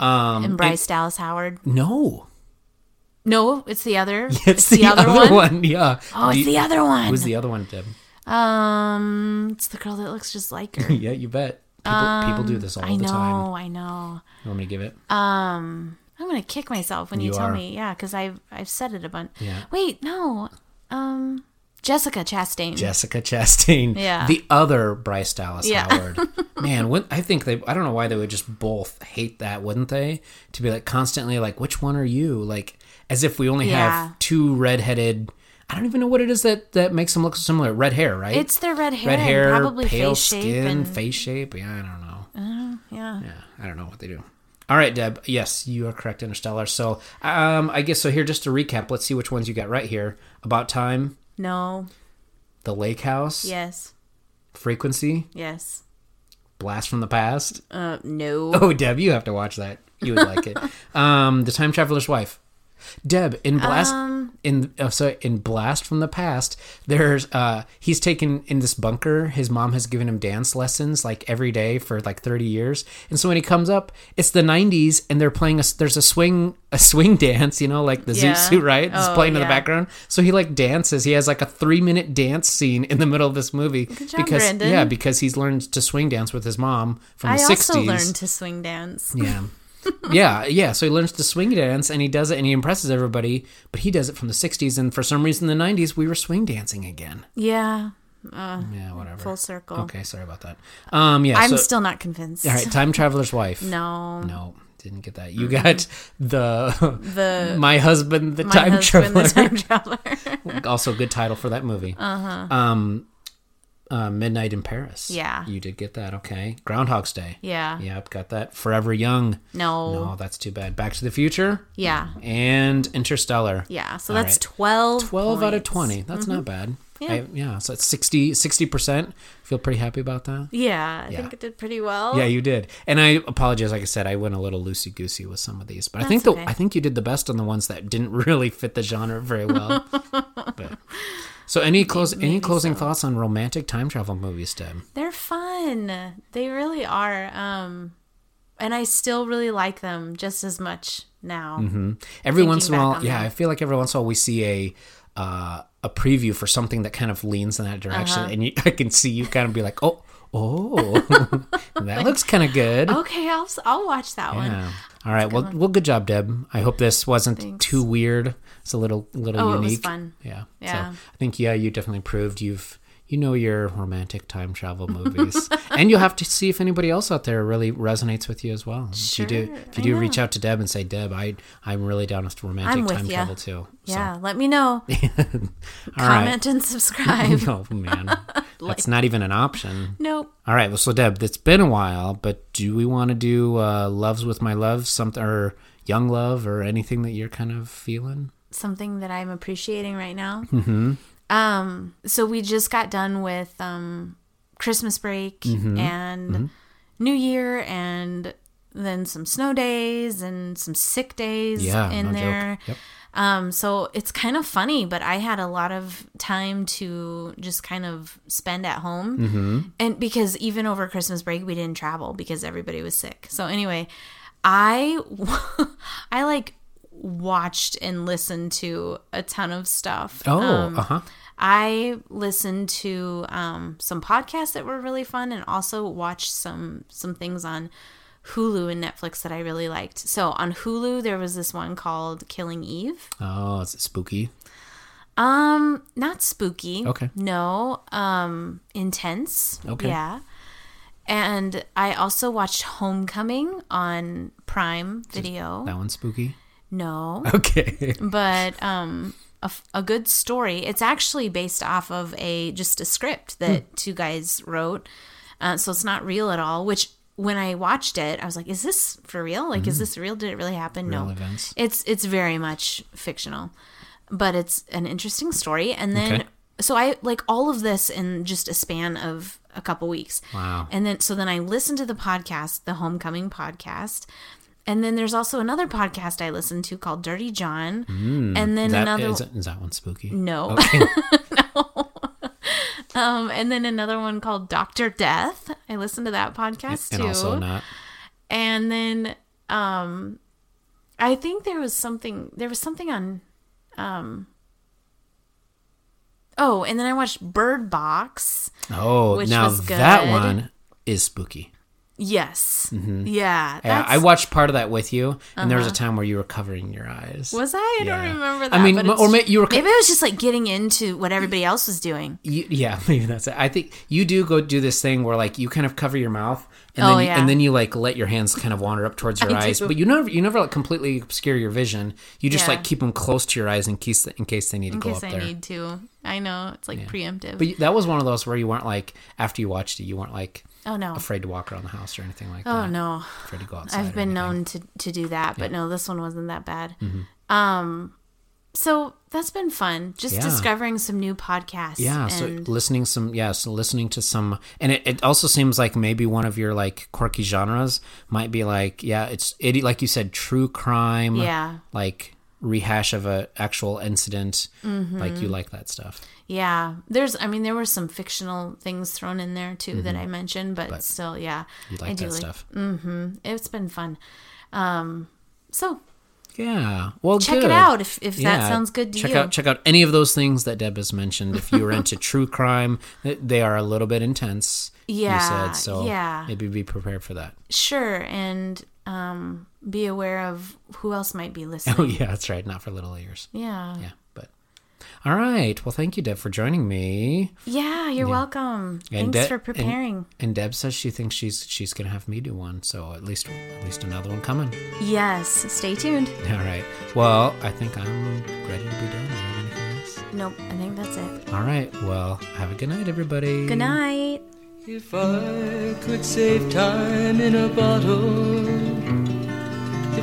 Um,
and Bryce Dallas Howard.
no,
No, it's the other.
it's, the, other, one? Yeah.
Oh, it's the other one.
Who's the other one, Deb?
Um, it's the girl that looks just like her.
yeah, you bet. People, people do this all
Um, I
the
know,
time.
I know.
You want me to give it?
Um, I'm gonna kick myself when you,
You
tell
are.
me. Yeah, because I've I've said it a bunch.
Yeah.
Wait, no. Um, Jessica Chastain.
Jessica Chastain.
Yeah.
The other Bryce Dallas
Yeah.
Howard. Man, when, I think they, I don't know why they would just both hate that, wouldn't they? To be like constantly like, which one are you? Like, as if we only
Yeah.
have two redheaded. I don't even know what it is that that makes them look so similar. Red hair, right?
It's their red hair
Red
and
hair,
probably
pale
face shape
skin,
and-
face shape. Yeah, I don't know.
Uh, yeah.
Yeah, I don't know what they do. All right, Deb. Yes, you are correct, Interstellar. So, um, I guess so. Here, just to recap, let's see which ones you got right here. About time,
No.
the lake house,
Yes.
frequency,
Yes.
blast from the past.
Uh, no.
Oh, Deb, you have to watch that. You would like it. Um, the time traveler's wife. Deb in blast
Um.
in oh, sorry, in blast from the past. There's uh he's taken in this bunker. His mom has given him dance lessons like every day for like 30 years. And so when he comes up, it's the 90s and they're playing a there's a swing a swing dance, you know, like the
Yeah.
zoot suit right is
Oh,
playing in the
yeah.
background. So he like dances. He has like a 3 minute dance scene in the middle of this movie
job,
because
Brandon.
yeah, because he's learned to swing dance with his mom from
I
the 60s.
also learned to swing dance.
Yeah. yeah, yeah. So he learns to swing dance and he does it and he impresses everybody, but he does it from the 60s. And for some reason, in the 90s, we were swing dancing again.
Yeah. Uh,
Yeah, whatever.
Full circle.
Okay, sorry about that. Um, yeah.
I'm
so-
still not convinced.
All right, Time Traveler's Wife.
No.
No, didn't get that. You got the.
The
My Husband, the
My
Time
Husband, the
Traveler.
Time Traveler.
also, good title for that movie.
Uh-huh.
Um, uh, Midnight in Paris.
Yeah.
You did get that. Okay. Groundhog's Day.
Yeah. Oh.
Yep. Got that. Forever Young.
No.
No, that's too bad. Back to the Future.
Yeah.
And Interstellar.
Yeah. So
All
that's
right.
12.
12 out of
points.
20. That's
Mhm.
not bad.
Yeah.
I, yeah. So it's 60, 60%. Feel pretty happy about that.
Yeah. I
Yeah.
think it did pretty well.
Yeah, you did. And I apologize. Like I said, I went a little loosey goosey with some of these, but I
That's
think the
okay.
I think you did the best on the ones that didn't really fit the genre very well. but, so any close any closing thoughts on romantic time travel movies, Deb?
They're fun. They really are. Um, and I still really like them just as much now.
hmm Every
Thinking
once in a
back
while,
on
yeah,
that.
I feel like every once in a while we see a uh, a preview for something that kind of leans in that direction,
Uh-huh.
and you, I can see you kind of be like, oh, oh, that looks kind of good.
Okay, I'll s- I'll watch that one.
Yeah. All right. Well, well, good job, Deb. I hope this wasn't too weird. It's a little, little
Oh, it was
unique.
fun.
Yeah.
Yeah.
So I think yeah, you definitely proved you've you know your romantic time travel movies, and you'll have to see if anybody else out there really resonates with you as well. if you do,
Sure,
if
I
you do,
know.
reach out to Deb and say, Deb, I I'm really down with romantic
I'm with
time
ya.
travel too.
Yeah, let me know.
All right.
Comment and subscribe.
oh man, that's not even an option.
Nope.
All right. Well, so Deb, it's been a while, but do we want to do uh, "Loves with My Love" something or "Young Love" or anything that you're kind of feeling?
Something that I'm appreciating right now.
Mm-hmm.
Um, so we just got done with um Christmas break
Mhm.
and
Mhm.
New Year and then some snow days and some sick days
Yeah,
in
no joke.
there.
Yep.
Um, so it's kind of funny, but I had a lot of time to just kind of spend at home.
Mhm.
And because even over Christmas break, we didn't travel because everybody was sick. So anyway, I, I like watched and listened to a ton of stuff.
Oh,
Um,
uh huh.
I listened to um, some podcasts that were really fun, and also watched some some things on Hulu and Netflix that I really liked. So on Hulu, there was this one called Killing Eve.
Oh, is it spooky?
Um, not spooky.
Okay.
No. Um, intense.
Okay.
Yeah. And I also watched Homecoming on Prime Video.
That one's spooky.
No.
Okay.
But um, a, f- a good story. It's actually based off of a just a script that
Hmm.
two guys wrote, uh, so it's not real at all. Which when I watched it, I was like, "Is this for real? Like, is
Mm.
this real? Did it really happen?
Real
no,
events.
it's it's very much fictional, but it's an interesting story. And then
Okay.
so I like all of this in just a span of a couple weeks.
Wow.
And then so then I listened to the podcast, the Homecoming podcast. And then there's also another podcast I listened to called Dirty John.
Mm.
And then
Is that-
another
is, is that one spooky?
No.
Okay.
um and then another one called Doctor Death. I listened to that podcast
and
too.
also not.
And then um I think there was something there was something on um Oh, and then I watched Bird Box.
Oh,
which
now
was good.
that one is spooky.
Yes.
Mhm.
Yeah.
Yeah,
that's-
I watched part of that with you, and there was a
Uh-huh.
time where you were covering your eyes.
Was I? I
Yeah.
don't remember that.
I mean,
but
ma-
it's-
or ma- you were.
maybe I was just like getting into what everybody else was doing.
You, yeah, maybe that's it. I think you do go do this thing where like you kind of cover your mouth, and
Oh,
then you,
yeah.
and then you like let your hands kind of wander up towards your
I
eyes,
do.
but you never you never like completely obscure your vision. You just
Yeah.
like keep them close to your eyes in case in case they need to
In
go
case
up
I
there.
need to, I know it's like preemptive.
But you- that was one of those where you weren't like after you watched it, you weren't like
Oh, no.
afraid to walk around the house or anything like
oh
that.
no,
afraid to go outside.
I've been known to to do that, but no, this one wasn't that bad.
Mhm.
Um, so that's been fun, just
Yeah.
discovering some new podcasts.
Yeah, so
and
listening some yeah, so listening to some and it, it also seems like maybe one of your like quirky genres might be like yeah, it's it like you said true crime.
Yeah.
Like rehash of a actual incident. Like you
Mhm.
like that stuff.
yeah, there's, I mean, there were some fictional things thrown in there too that
Mhm.
I mentioned, but,
But
still, yeah,
you like
I do
that stuff.
Mm-hmm. It's been fun. Um, so
Yeah. Well,
Check it
good.
out if- if that sounds good to
check
you.
Out, check out any of those things that Deb has mentioned. If you're into true crime, th- they are a little bit intense.
Yeah,
You said so.
yeah.
Maybe be prepared for that.
sure, and um, be aware of who else might be listening.
Oh yeah, that's right. Not for little ears.
Yeah.
Yeah. But all right. Well, thank you, Deb, for joining me.
Yeah, you're welcome.
And
Thanks
De-
for
and-
preparing.
And, Deb says she thinks she's she's gonna have me do one. So at least at least another one coming.
yes, stay tuned.
All right. Well, I think I'm ready to be done. Do you have anything else?
Nope, I think that's it.
All right. Well, have a good night, everybody.
Good night.
If I could save time in a bottle, the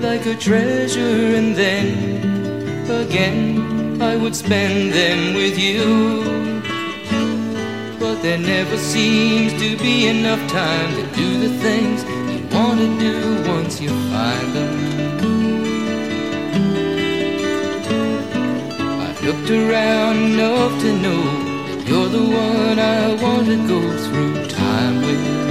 like a treasure, and then again I would spend them with you. But there never seems to be enough time to do the things you want to do once you find them. I've looked around enough to know. You're the one I want to go through time with.